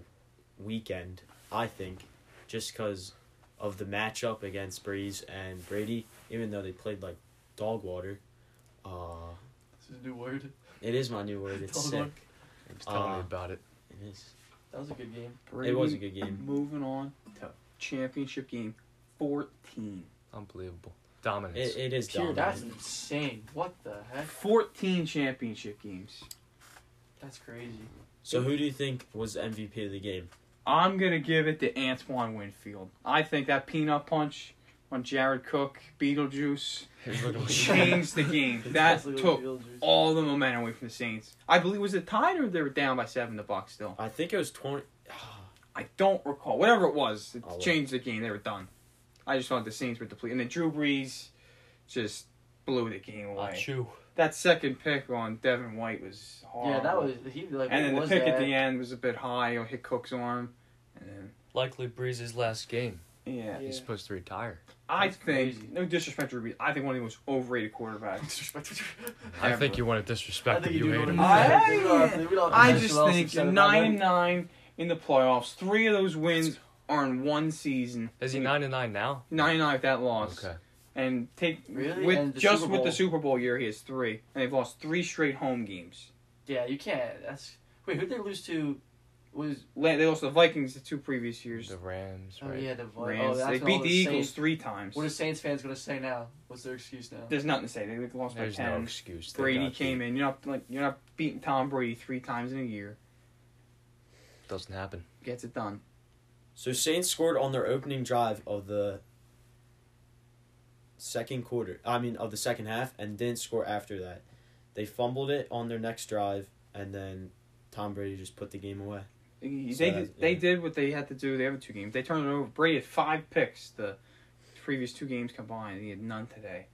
[SPEAKER 1] weekend, I think, just because of the matchup against Breeze and Brady. Even though they played like dog water, uh,
[SPEAKER 5] This is a new word.
[SPEAKER 1] it is my new word. It's
[SPEAKER 5] Dog
[SPEAKER 1] sick.
[SPEAKER 5] water.
[SPEAKER 3] He was telling
[SPEAKER 1] Uh,
[SPEAKER 3] me about it.
[SPEAKER 1] It is.
[SPEAKER 5] That was a good game.
[SPEAKER 1] It was a good
[SPEAKER 4] Brady
[SPEAKER 1] game.
[SPEAKER 4] Moving on to championship game fourteen.
[SPEAKER 3] Unbelievable. Dominance.
[SPEAKER 1] It, it is
[SPEAKER 5] Pure, that's
[SPEAKER 1] dominant.
[SPEAKER 5] insane. What the heck?
[SPEAKER 4] Fourteen championship games.
[SPEAKER 5] That's crazy.
[SPEAKER 1] So who do you think was the MVP of the game?
[SPEAKER 4] I'm gonna give it to Antoine Winfield. I think that peanut punch on Jared Cook, Beetlejuice, changed the game. That
[SPEAKER 5] Especially with
[SPEAKER 4] took
[SPEAKER 5] Beetlejuice.
[SPEAKER 4] all the momentum away from the Saints. I believe was it tied or they were down by seven the Bucks still.
[SPEAKER 1] I think it was twenty.
[SPEAKER 4] I don't recall. Whatever it was, it
[SPEAKER 1] I'll look.
[SPEAKER 4] changed the game. They were done. I just thought the Saints were depleted, and then Drew Brees just blew the game away. That second pick on Devin White was horrible.
[SPEAKER 5] Yeah, that was he like.
[SPEAKER 4] And then the
[SPEAKER 5] what was
[SPEAKER 4] pick
[SPEAKER 5] that?
[SPEAKER 4] at the end was a bit high. It hit Cook's arm, and then
[SPEAKER 3] Likely Breeze's last game.
[SPEAKER 4] yeah.
[SPEAKER 2] Yeah.
[SPEAKER 3] He's supposed to retire.
[SPEAKER 4] I
[SPEAKER 5] That's
[SPEAKER 4] think
[SPEAKER 5] crazy.
[SPEAKER 4] no disrespect to Drew Brees. I think one of the most overrated quarterbacts.
[SPEAKER 5] Disrespect.
[SPEAKER 3] I
[SPEAKER 4] Ever.
[SPEAKER 3] think you want to
[SPEAKER 5] I
[SPEAKER 3] disrespect
[SPEAKER 5] think
[SPEAKER 3] him.
[SPEAKER 5] you
[SPEAKER 3] You
[SPEAKER 5] do.
[SPEAKER 3] hate him.
[SPEAKER 5] want to-
[SPEAKER 4] I-
[SPEAKER 5] we don't have to- we don't have to
[SPEAKER 4] I
[SPEAKER 5] mention
[SPEAKER 4] just
[SPEAKER 5] all
[SPEAKER 4] think
[SPEAKER 5] six, seven,
[SPEAKER 4] nine and
[SPEAKER 5] nine.
[SPEAKER 4] nine in the playoffs. Three of those wins are in one season.
[SPEAKER 3] Is he nine and nine now?
[SPEAKER 4] Nine and nine with that loss.
[SPEAKER 3] Okay.
[SPEAKER 4] and take
[SPEAKER 5] Really?
[SPEAKER 4] with
[SPEAKER 5] And the
[SPEAKER 4] just
[SPEAKER 5] Super
[SPEAKER 4] with the
[SPEAKER 5] Bowl.
[SPEAKER 4] Super Bowl year, he has three, and they've lost three straight home games.
[SPEAKER 5] Yeah, you can't. That's wait. Who did they lose to? Was
[SPEAKER 4] La- They lost to the Vikings the two previous years.
[SPEAKER 3] The Rams,
[SPEAKER 5] oh
[SPEAKER 3] right?
[SPEAKER 5] yeah the Vi- Oh,
[SPEAKER 4] Rams.
[SPEAKER 5] that's
[SPEAKER 4] they
[SPEAKER 5] when
[SPEAKER 4] beat
[SPEAKER 5] all
[SPEAKER 4] the Eagles
[SPEAKER 5] Saints-
[SPEAKER 4] three times.
[SPEAKER 5] What are Saints fans gonna say now? What's their excuse now?
[SPEAKER 4] There's nothing to say. They they lost
[SPEAKER 3] There's
[SPEAKER 4] by
[SPEAKER 3] no
[SPEAKER 4] ten.
[SPEAKER 3] excuse. They
[SPEAKER 4] Brady
[SPEAKER 3] got
[SPEAKER 4] came
[SPEAKER 3] beat.
[SPEAKER 4] in. You're not like you're not beating Tom Brady three times in a year.
[SPEAKER 3] Doesn't happen.
[SPEAKER 4] Gets it done.
[SPEAKER 1] So Saints scored on their opening drive of the second quarter. I mean of the second half and didn't score after that. They fumbled it on their next drive and then Tom Brady just put the game away.
[SPEAKER 4] They
[SPEAKER 1] So that's-
[SPEAKER 4] they
[SPEAKER 1] yeah.
[SPEAKER 4] did what they had to do the other two games. They turned it over. Brady had five picks the previous two games combined, and he had none today.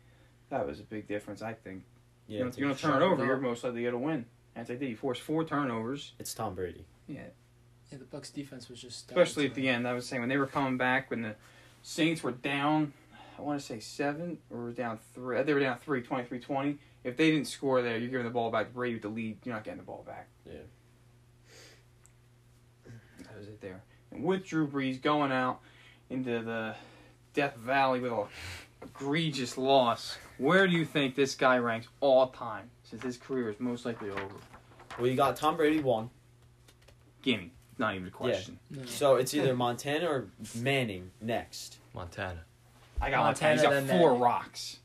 [SPEAKER 4] That was a big difference, I think.
[SPEAKER 1] Yeah,
[SPEAKER 4] you know,
[SPEAKER 1] it's,
[SPEAKER 4] if you're gonna
[SPEAKER 5] shut
[SPEAKER 4] turn it over,
[SPEAKER 5] it
[SPEAKER 4] you're
[SPEAKER 5] up.
[SPEAKER 4] most likely to get a win. And they did. He forced four turnovers.
[SPEAKER 1] it's Tom Brady.
[SPEAKER 4] Yeah,
[SPEAKER 2] Yeah, the Bucks defense was just stellar
[SPEAKER 4] especially at
[SPEAKER 2] today.
[SPEAKER 4] the end. I was saying when they were coming back, when the Saints were down, I want to say seven or down three. uh, They were down three, 23-20. If they didn't score there, you're giving the ball back to Brady with the lead. You're not getting the ball back.
[SPEAKER 1] Yeah.
[SPEAKER 4] That was it there. And with Drew Brees going out into the Death Valley with a egregious loss, where do you think this guy ranks all time since his career is most likely over?
[SPEAKER 1] Well, you got Tom Brady one,
[SPEAKER 4] Gimme. Not even a question.
[SPEAKER 2] No.
[SPEAKER 1] so it's either Montana or Manning next.
[SPEAKER 3] Montana.
[SPEAKER 4] I got Montana. He's
[SPEAKER 2] Montana,
[SPEAKER 4] got
[SPEAKER 2] then
[SPEAKER 4] four
[SPEAKER 2] Manning.
[SPEAKER 4] rocks.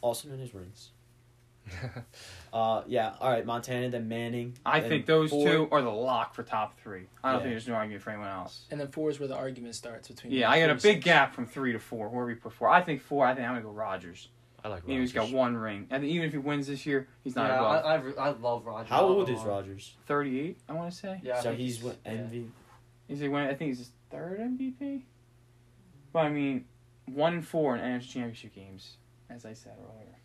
[SPEAKER 1] Also known as rings. Uh, yeah. All right, Montana then Manning.
[SPEAKER 4] I
[SPEAKER 1] then
[SPEAKER 4] think those
[SPEAKER 1] Ford.
[SPEAKER 4] two are the lock for top three. I don't
[SPEAKER 1] Yeah.
[SPEAKER 4] think there's no argument for anyone else.
[SPEAKER 2] And then four is where the argument starts between.
[SPEAKER 4] Yeah, I got a
[SPEAKER 2] four and
[SPEAKER 4] big
[SPEAKER 2] six.
[SPEAKER 4] gap from three to four. Where we put four, I think four. I think I'm gonna go Rogers.
[SPEAKER 3] I like
[SPEAKER 4] Even if he's got
[SPEAKER 3] Rodgers.
[SPEAKER 4] one ring, and even if he wins this year, he's not
[SPEAKER 5] yeah,
[SPEAKER 4] above
[SPEAKER 5] I, I, re- I love Roger.
[SPEAKER 1] How old is
[SPEAKER 5] Alomar.
[SPEAKER 1] Rogers?
[SPEAKER 4] thirty-eight. I want to say.
[SPEAKER 5] Yeah,
[SPEAKER 1] so
[SPEAKER 5] I think
[SPEAKER 1] he's what
[SPEAKER 5] yeah.
[SPEAKER 1] envy.
[SPEAKER 4] He's like, when, I think he's his third MVP. But I mean, one and four in NFC Championship games, as I said earlier.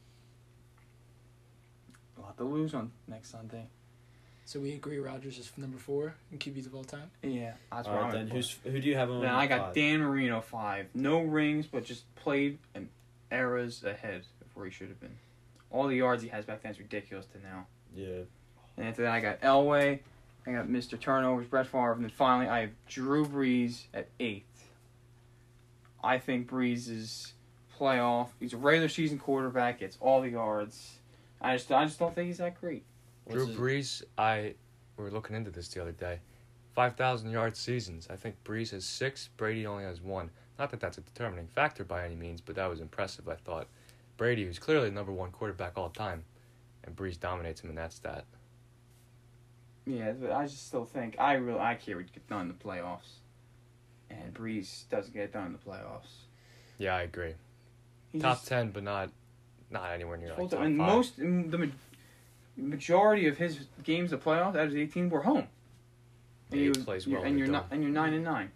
[SPEAKER 4] A lot to lose on next Sunday.
[SPEAKER 2] So we agree Rogers is number four in QBs of all time.
[SPEAKER 4] Yeah, that's
[SPEAKER 1] All
[SPEAKER 4] where
[SPEAKER 1] right,
[SPEAKER 4] I'm
[SPEAKER 1] then
[SPEAKER 4] at.
[SPEAKER 1] who's who do you have on?
[SPEAKER 4] Then I got
[SPEAKER 1] five?
[SPEAKER 4] Dan Marino five. No rings, but just played an eras ahead of where he should have been. All the yards he has back then is ridiculous to now.
[SPEAKER 1] Yeah.
[SPEAKER 4] And after that, I got Elway. I got Mr. Turnovers, Brett Favre, and then finally I have Drew Brees at eighth. I think Brees is playoff. He's a regular season quarterback. Gets all the yards. I just, I just don't think he's that great.
[SPEAKER 1] What's
[SPEAKER 3] Drew
[SPEAKER 1] his-
[SPEAKER 3] Brees, I we were looking into this the other day. Five thousand yard seasons. I think Brees has six. Brady only has one. Not that that's a determining factor by any means, but that was impressive. I thought Brady, who's clearly the number one quarterback all time, and Brees dominates him in that stat.
[SPEAKER 4] Yeah, but I just still think I really I care would get done in the playoffs, and Breeze doesn't get it done in the playoffs.
[SPEAKER 3] Yeah, I agree.
[SPEAKER 4] He
[SPEAKER 3] top
[SPEAKER 4] just-
[SPEAKER 3] ten, but not not anywhere near like,
[SPEAKER 4] Hold
[SPEAKER 3] top
[SPEAKER 4] on, and
[SPEAKER 3] five.
[SPEAKER 4] most and the ma- majority of his games of playoffs out of the eighteen were home.
[SPEAKER 3] Yeah,
[SPEAKER 4] And
[SPEAKER 3] he
[SPEAKER 4] you-
[SPEAKER 3] plays
[SPEAKER 4] you-
[SPEAKER 3] well in
[SPEAKER 4] and
[SPEAKER 3] the
[SPEAKER 4] you're
[SPEAKER 3] dome.
[SPEAKER 4] not and you're nine and nine.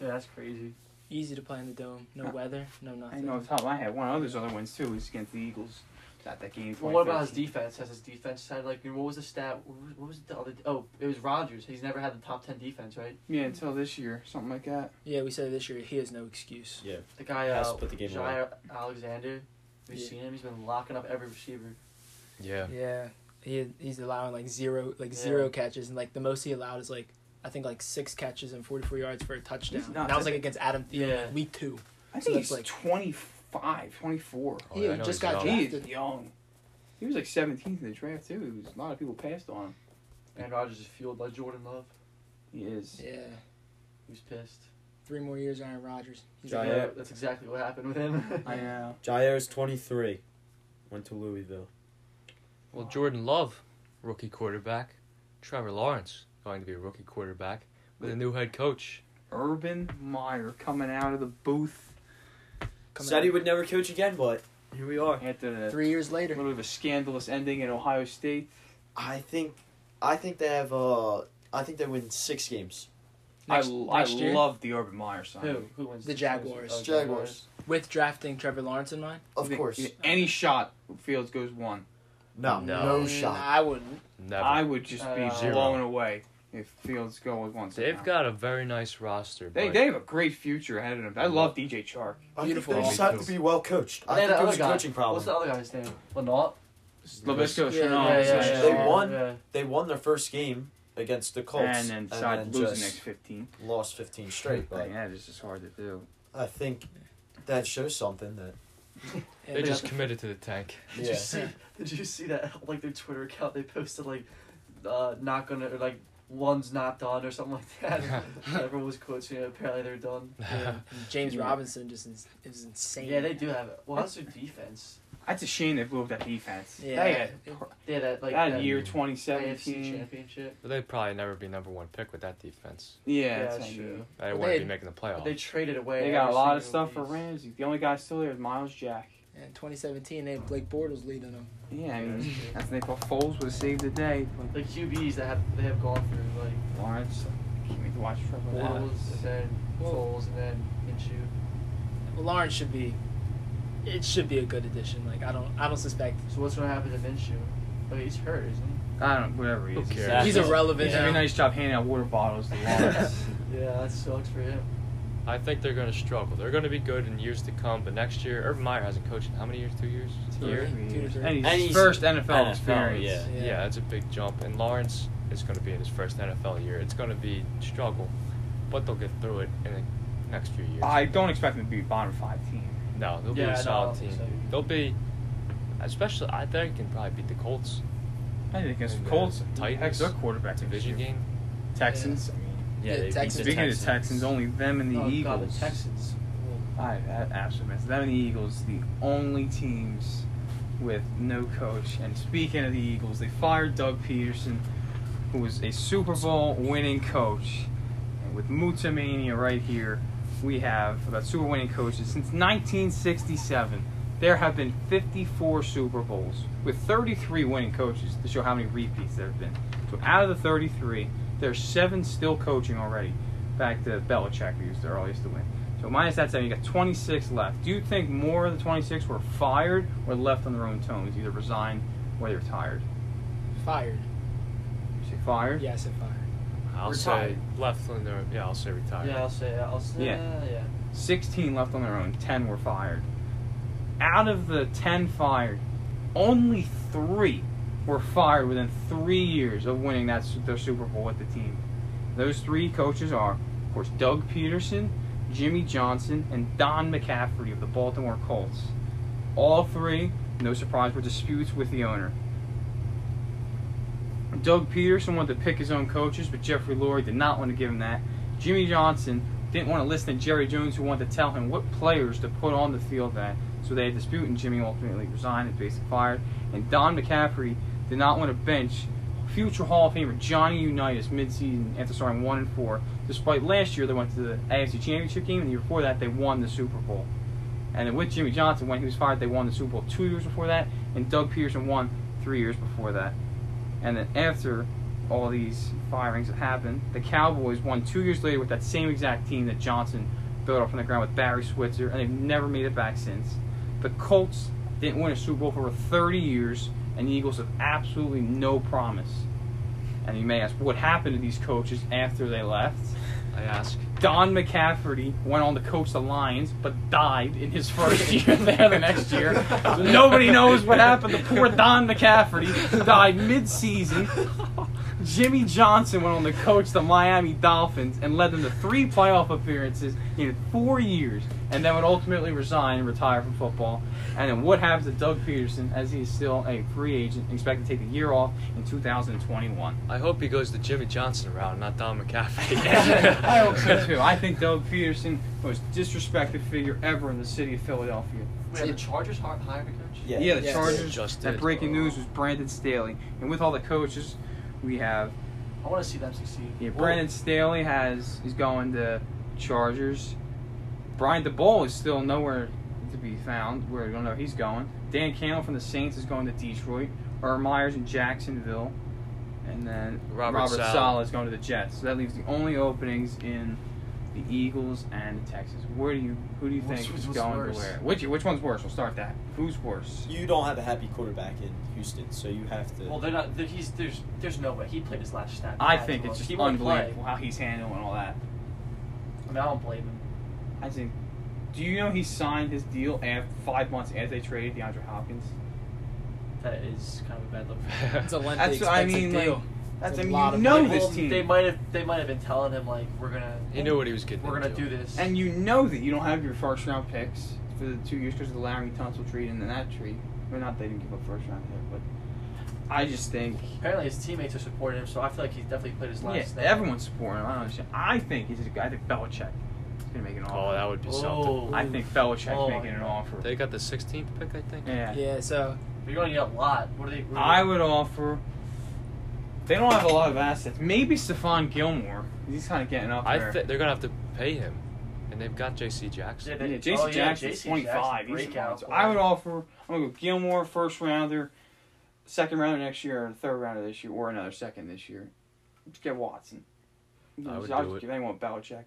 [SPEAKER 5] Yeah, that's crazy.
[SPEAKER 2] Easy to play in the dome. No
[SPEAKER 4] Huh.
[SPEAKER 2] weather. No
[SPEAKER 4] I
[SPEAKER 2] nothing.
[SPEAKER 4] know it's top. I had one of those other ones too. Was against the Eagles. That that game.
[SPEAKER 5] Well, what about his
[SPEAKER 4] 2013.
[SPEAKER 5] defense? Has his defense had like what was the stat? What was, what was the other? Oh, it was Rodgers. He's never had the top ten defense, right?
[SPEAKER 4] Yeah, until this year, something like that.
[SPEAKER 2] Yeah, we said this year he has no excuse.
[SPEAKER 5] The guy
[SPEAKER 1] Has
[SPEAKER 5] uh,
[SPEAKER 1] to put the game
[SPEAKER 5] Jair Alexander. We've
[SPEAKER 2] Yeah.
[SPEAKER 5] seen him. He's been locking up every receiver.
[SPEAKER 3] yeah.
[SPEAKER 2] Yeah, he he's allowing like zero like
[SPEAKER 5] Yeah.
[SPEAKER 2] zero catches and like the most he allowed is like I think like six catches and forty four yards for a touchdown.
[SPEAKER 4] He's
[SPEAKER 2] And
[SPEAKER 4] nuts.
[SPEAKER 2] that was like against Adam Thielen,
[SPEAKER 5] Yeah.
[SPEAKER 2] like, week two.
[SPEAKER 4] I
[SPEAKER 2] So that's
[SPEAKER 4] think he's
[SPEAKER 2] like-
[SPEAKER 4] 25, 24.
[SPEAKER 3] Oh,
[SPEAKER 2] He
[SPEAKER 3] yeah, I
[SPEAKER 2] had
[SPEAKER 3] know
[SPEAKER 2] just
[SPEAKER 3] he's
[SPEAKER 2] got
[SPEAKER 3] young.
[SPEAKER 4] He
[SPEAKER 2] drafted.
[SPEAKER 4] is young. He was like 17th in the draft too. He was, a lot of people passed on him.
[SPEAKER 5] And Rodgers is fueled by Jordan Love.
[SPEAKER 4] He is.
[SPEAKER 2] Yeah,
[SPEAKER 5] Who's pissed?
[SPEAKER 2] three more years Aaron Rodgers. He's
[SPEAKER 1] Jair.
[SPEAKER 2] like,
[SPEAKER 5] Yeah, that's exactly what happened with him.
[SPEAKER 4] I uh, know.
[SPEAKER 1] Jair's 23. Went to Louisville.
[SPEAKER 3] Well, Jordan Love, rookie quarterback. Trevor Lawrence going to be a rookie quarterback with a new head coach.
[SPEAKER 4] Urban Meyer coming out of the booth
[SPEAKER 2] coming
[SPEAKER 1] Said he
[SPEAKER 2] out.
[SPEAKER 1] would never coach again, but here we are.
[SPEAKER 4] after the
[SPEAKER 2] three years
[SPEAKER 4] a
[SPEAKER 2] later.
[SPEAKER 4] little bit of a scandalous ending at Ohio State.
[SPEAKER 1] I think, I think they have. Uh, I think they win six games.
[SPEAKER 2] Next-
[SPEAKER 4] I,
[SPEAKER 2] next
[SPEAKER 4] I
[SPEAKER 2] year?
[SPEAKER 4] love the Urban Meyer signing.
[SPEAKER 5] Who? Who wins?
[SPEAKER 2] The Jaguars.
[SPEAKER 5] Oh,
[SPEAKER 1] Jaguars,
[SPEAKER 2] With drafting Trevor Lawrence in mind?
[SPEAKER 1] of
[SPEAKER 4] You think-
[SPEAKER 1] course.
[SPEAKER 4] you think Any shot Fields goes one.
[SPEAKER 1] No, no, Mm,
[SPEAKER 3] No.
[SPEAKER 1] shot.
[SPEAKER 2] I wouldn't.
[SPEAKER 3] Never.
[SPEAKER 4] I would just be
[SPEAKER 5] Uh, Zero.
[SPEAKER 4] blown away if Fields goes one.
[SPEAKER 3] They've
[SPEAKER 4] somehow.
[SPEAKER 3] got a very nice roster.
[SPEAKER 4] They,
[SPEAKER 3] but
[SPEAKER 4] they have a great future ahead of them. I love DJ Chark.
[SPEAKER 1] I think
[SPEAKER 2] Beautiful.
[SPEAKER 1] They just have to be well coached.
[SPEAKER 5] And
[SPEAKER 1] I
[SPEAKER 5] then
[SPEAKER 1] think
[SPEAKER 5] the
[SPEAKER 1] it
[SPEAKER 5] other
[SPEAKER 1] was a
[SPEAKER 5] guy.
[SPEAKER 1] coaching problem.
[SPEAKER 5] What's the other guy's name? Lenault.
[SPEAKER 4] Labisco
[SPEAKER 2] Yeah,
[SPEAKER 4] Chenault.
[SPEAKER 2] yeah, yeah, yeah.
[SPEAKER 1] They won.
[SPEAKER 5] Yeah.
[SPEAKER 1] they won their first game against the Colts
[SPEAKER 4] And then decided to lose the next
[SPEAKER 1] just
[SPEAKER 4] 15.
[SPEAKER 1] lost 15 straight. But
[SPEAKER 4] yeah, this is hard to do.
[SPEAKER 1] I think that shows something that
[SPEAKER 2] And
[SPEAKER 3] They just committed to the tank.
[SPEAKER 5] Did you see? Did you see that? Like their Twitter account, they posted like, uh, not gonna or like one's not done or something like that. Everyone was quoting it. Apparently they're done.
[SPEAKER 2] yeah, and James
[SPEAKER 4] Yeah.
[SPEAKER 2] Robinson just is, is insane.
[SPEAKER 5] Yeah, they do have it. Well, that's their defense.
[SPEAKER 4] That's a shame they blew up that defense.
[SPEAKER 2] Yeah.
[SPEAKER 4] They had,
[SPEAKER 5] They had that like um,
[SPEAKER 4] that
[SPEAKER 5] that
[SPEAKER 4] year
[SPEAKER 5] AFC
[SPEAKER 4] 2017.
[SPEAKER 5] championship.
[SPEAKER 3] But they'd probably never be number one pick with that defense.
[SPEAKER 4] Yeah,
[SPEAKER 5] Yeah,
[SPEAKER 4] that's
[SPEAKER 5] that's
[SPEAKER 4] not
[SPEAKER 5] true.
[SPEAKER 4] good.
[SPEAKER 3] They
[SPEAKER 2] Well,
[SPEAKER 3] wouldn't
[SPEAKER 2] they-
[SPEAKER 3] be making the
[SPEAKER 5] But
[SPEAKER 3] playoffs.
[SPEAKER 5] they traded away.
[SPEAKER 4] They got a
[SPEAKER 5] every
[SPEAKER 4] lot of
[SPEAKER 5] single
[SPEAKER 4] stuff for
[SPEAKER 5] piece.
[SPEAKER 4] Ramsey. The only guy still there is Miles Jack.
[SPEAKER 2] In 2017, they had Blake Bortles leading them.
[SPEAKER 4] Yeah, I
[SPEAKER 5] Yeah,
[SPEAKER 4] mean,
[SPEAKER 5] that's true.
[SPEAKER 4] that's they thought Foles would save the day.
[SPEAKER 5] The QBs that have they have gone through like
[SPEAKER 4] But Lawrence, can't wait to watch Trevor
[SPEAKER 5] Bortles
[SPEAKER 4] Lawrence.
[SPEAKER 5] and then
[SPEAKER 2] Well-
[SPEAKER 5] Foles and then Minshew.
[SPEAKER 2] Well, Lawrence should be. It should be a good addition. Like I don't, I don't suspect
[SPEAKER 5] So what's gonna happen to Minshew? I mean, he's hurt, isn't he?
[SPEAKER 4] I don't know, whatever he
[SPEAKER 3] Who
[SPEAKER 4] is.
[SPEAKER 3] cares?
[SPEAKER 4] He's
[SPEAKER 2] he's
[SPEAKER 1] Yeah.
[SPEAKER 2] irrelevant
[SPEAKER 4] doing
[SPEAKER 2] now.
[SPEAKER 4] a nice job handing out water bottles to Lawrence.
[SPEAKER 5] Yeah, that sucks for him.
[SPEAKER 3] I think they're going to struggle. They're going to be good in years to come, but next year, Urban Meyer hasn't coached in how many years? Two years?
[SPEAKER 2] Two
[SPEAKER 3] Year?
[SPEAKER 2] years.
[SPEAKER 4] And
[SPEAKER 2] Two to
[SPEAKER 4] he's
[SPEAKER 2] three.
[SPEAKER 4] his
[SPEAKER 1] And he's-
[SPEAKER 4] first NFL,
[SPEAKER 1] NFL,
[SPEAKER 4] experience.
[SPEAKER 1] yeah.
[SPEAKER 3] Yeah. that's a big jump. And Lawrence is going to be in his first NFL year. It's going to be struggle, but they'll get through it in the next few years.
[SPEAKER 4] I don't expect him to be a bottom five team.
[SPEAKER 3] no, they'll
[SPEAKER 5] Yeah,
[SPEAKER 3] be
[SPEAKER 5] no,
[SPEAKER 3] a
[SPEAKER 5] I
[SPEAKER 3] solid
[SPEAKER 5] don't
[SPEAKER 3] team.
[SPEAKER 5] think so.
[SPEAKER 3] They'll be, especially I think they can probably beat the Colts
[SPEAKER 4] I think it's
[SPEAKER 3] And
[SPEAKER 4] the
[SPEAKER 3] the
[SPEAKER 4] Colts.
[SPEAKER 3] Titans.
[SPEAKER 4] Heck, their quarterback
[SPEAKER 3] division
[SPEAKER 4] next year.
[SPEAKER 3] game.
[SPEAKER 4] Texans.
[SPEAKER 2] Yeah, they beat the
[SPEAKER 4] Speaking of the Texans, only them and the
[SPEAKER 5] oh,
[SPEAKER 4] Eagles.
[SPEAKER 5] God, the Texans.
[SPEAKER 4] I that absolutely missed. Them and the Eagles, the only teams with no coach. And speaking of the Eagles, they fired Doug Peterson, who was a Super Bowl winning coach. And with Muta Mania right here, we have about Super Bowl winning coaches since 1967. There have been 54 Super Bowls with 33 winning coaches to show how many repeats there have been. So out of the 33, there's seven still coaching already. Back to Belichick, who used their earliest to win. So minus that seven, you got 26 left. Do you think more of the 26 were fired or left on their own terms, either resigned or they retired?
[SPEAKER 2] Fired.
[SPEAKER 4] You say fired?
[SPEAKER 2] Yeah, I said fired.
[SPEAKER 3] I'll
[SPEAKER 4] Retired.
[SPEAKER 3] say left on their yeah. I'll say retired.
[SPEAKER 5] Yeah, I'll say. I'll say.
[SPEAKER 4] Yeah.
[SPEAKER 5] Yeah, yeah.
[SPEAKER 4] 16 left on their own. 10 were fired. Out of the 10 fired, only three were fired within three years of winning that su- their Super Bowl with the team. Those three coaches are, of course, Doug Peterson, Jimmy Johnson, and Don McCaffrey of the Baltimore Colts. All three, no surprise, were disputes with the owner. Doug Peterson wanted to pick his own coaches, but Jeffrey Lurie did not want to give him that. Jimmy Johnson didn't want to listen to Jerry Jones, who wanted to tell him what players to put on the field that. So they had a dispute, and Jimmy ultimately resigned and basically fired. And Don McCaffrey did not want to bench future Hall of Famer Johnny Unitas midseason after starting one and four. Despite last year they went to the AFC Championship game, and the year before that they won the Super Bowl. And then with Jimmy Johnson, when he was fired, they won the Super Bowl two years before that, and Doug Peterson won three years before that. And then after all these firings that happened, the Cowboys won two years later with that same exact team that Johnson built up from the ground with Barry Switzer, and they've never made it back since. The Colts didn't win a Super Bowl for over 30 years, and the Eagles have absolutely no promise. And you may ask, what happened to these coaches after they left?
[SPEAKER 3] I ask.
[SPEAKER 4] Don McCafferty went on to coach the Lions, but died in his first year there the next year. Nobody knows what happened to poor Don McCafferty. Died mid-season. Jimmy Johnson went on to coach the Miami Dolphins and led them to three playoff appearances in four years, and then would ultimately resign and retire from football. And then what happens to Doug Peterson as he is still a free agent, expected to take a year off in 2021?
[SPEAKER 3] I hope he goes the Jimmy Johnson route, not Don McCaffrey.
[SPEAKER 4] I hope so too. I think Doug Peterson, most disrespected figure ever in the city of Philadelphia.
[SPEAKER 5] Wait, are the Chargers hi- hired a coach?
[SPEAKER 1] Yeah.
[SPEAKER 4] Yeah, the
[SPEAKER 2] Yes.
[SPEAKER 4] Chargers.
[SPEAKER 3] Just
[SPEAKER 4] that
[SPEAKER 3] did.
[SPEAKER 4] breaking news was Brandon Staley, and with all the coaches, we have
[SPEAKER 5] I want to see them succeed.
[SPEAKER 4] yeah, Brandon Staley has is going to Chargers. Brian DeBoll is still nowhere to be found. We don't know where he's going. Dan Campbell from the Saints is going to Detroit. Or Myers in Jacksonville, and then
[SPEAKER 3] Robert Saleh.
[SPEAKER 4] Saleh is going to the Jets. So that leaves the only openings in the Eagles and the Texans. Where do you who do you
[SPEAKER 5] What's-
[SPEAKER 4] think is
[SPEAKER 5] what's
[SPEAKER 4] going
[SPEAKER 5] worse?
[SPEAKER 4] to where? Which which one's worse? We'll start that. Who's worse?
[SPEAKER 1] You don't have a happy quarterback in Houston, so you have to.
[SPEAKER 5] Well, they're not. They're, he's there's there's no way he played his last snap.
[SPEAKER 4] I
[SPEAKER 5] He
[SPEAKER 4] think
[SPEAKER 5] had
[SPEAKER 4] it's
[SPEAKER 5] to.
[SPEAKER 4] just
[SPEAKER 5] He wouldn't play.
[SPEAKER 4] unbelievable how he's handling all that.
[SPEAKER 5] I mean, I don't blame him.
[SPEAKER 4] I think. Do you know he signed his deal after, five months after they traded DeAndre Hopkins?
[SPEAKER 5] That is kind of a bad look.
[SPEAKER 2] It's a lengthy,
[SPEAKER 4] That's what I
[SPEAKER 2] expensive
[SPEAKER 4] mean, like-
[SPEAKER 2] deal.
[SPEAKER 4] That's
[SPEAKER 2] It's a
[SPEAKER 4] I mean
[SPEAKER 2] lot
[SPEAKER 4] you
[SPEAKER 2] of
[SPEAKER 4] know
[SPEAKER 2] money.
[SPEAKER 5] Well,
[SPEAKER 4] this team,
[SPEAKER 5] They might have they might have been telling him like we're gonna.
[SPEAKER 3] He knew what he was getting
[SPEAKER 5] We're gonna
[SPEAKER 3] into.
[SPEAKER 5] do this.
[SPEAKER 4] and you know that you don't have your first round picks for the two years because of the Larry Tunsil trade and then that trade. Well, not they didn't give up first round pick, but I just think
[SPEAKER 5] apparently his teammates are supporting him, so I feel like he's definitely played his last
[SPEAKER 4] yeah,
[SPEAKER 5] snap.
[SPEAKER 4] everyone's supporting him. I don't understand. I think he's a guy. I think Belichick is gonna make an
[SPEAKER 3] Oh,
[SPEAKER 4] offer.
[SPEAKER 3] that would be something.
[SPEAKER 5] Oh,
[SPEAKER 4] I think Belichick's
[SPEAKER 5] Oh,
[SPEAKER 4] making an
[SPEAKER 5] yeah.
[SPEAKER 4] offer.
[SPEAKER 3] They got the 16th pick, I think.
[SPEAKER 4] yeah.
[SPEAKER 2] Yeah, so
[SPEAKER 5] But you're gonna need a lot. What are they? What
[SPEAKER 4] I
[SPEAKER 5] are
[SPEAKER 4] would offer. They don't have a lot of assets. Maybe Stephon Gilmore. He's kind of getting up
[SPEAKER 3] I
[SPEAKER 4] there.
[SPEAKER 3] think they're gonna have to pay him, and they've got J.C.
[SPEAKER 5] they,
[SPEAKER 3] Jackson.
[SPEAKER 5] they,
[SPEAKER 4] Yeah,
[SPEAKER 5] oh,
[SPEAKER 4] Jason
[SPEAKER 5] yeah,
[SPEAKER 4] Jackson's
[SPEAKER 5] Jason
[SPEAKER 4] 25.
[SPEAKER 5] Jackson,
[SPEAKER 4] He's a
[SPEAKER 5] breakout
[SPEAKER 4] monster.
[SPEAKER 5] player.
[SPEAKER 4] I would offer. I'm gonna go Gilmore first rounder, second rounder next year, and third rounder this year, or another second this year. Just get Watson.
[SPEAKER 3] I would
[SPEAKER 4] I'll
[SPEAKER 3] do
[SPEAKER 4] just
[SPEAKER 3] it.
[SPEAKER 4] give anyone Belichick.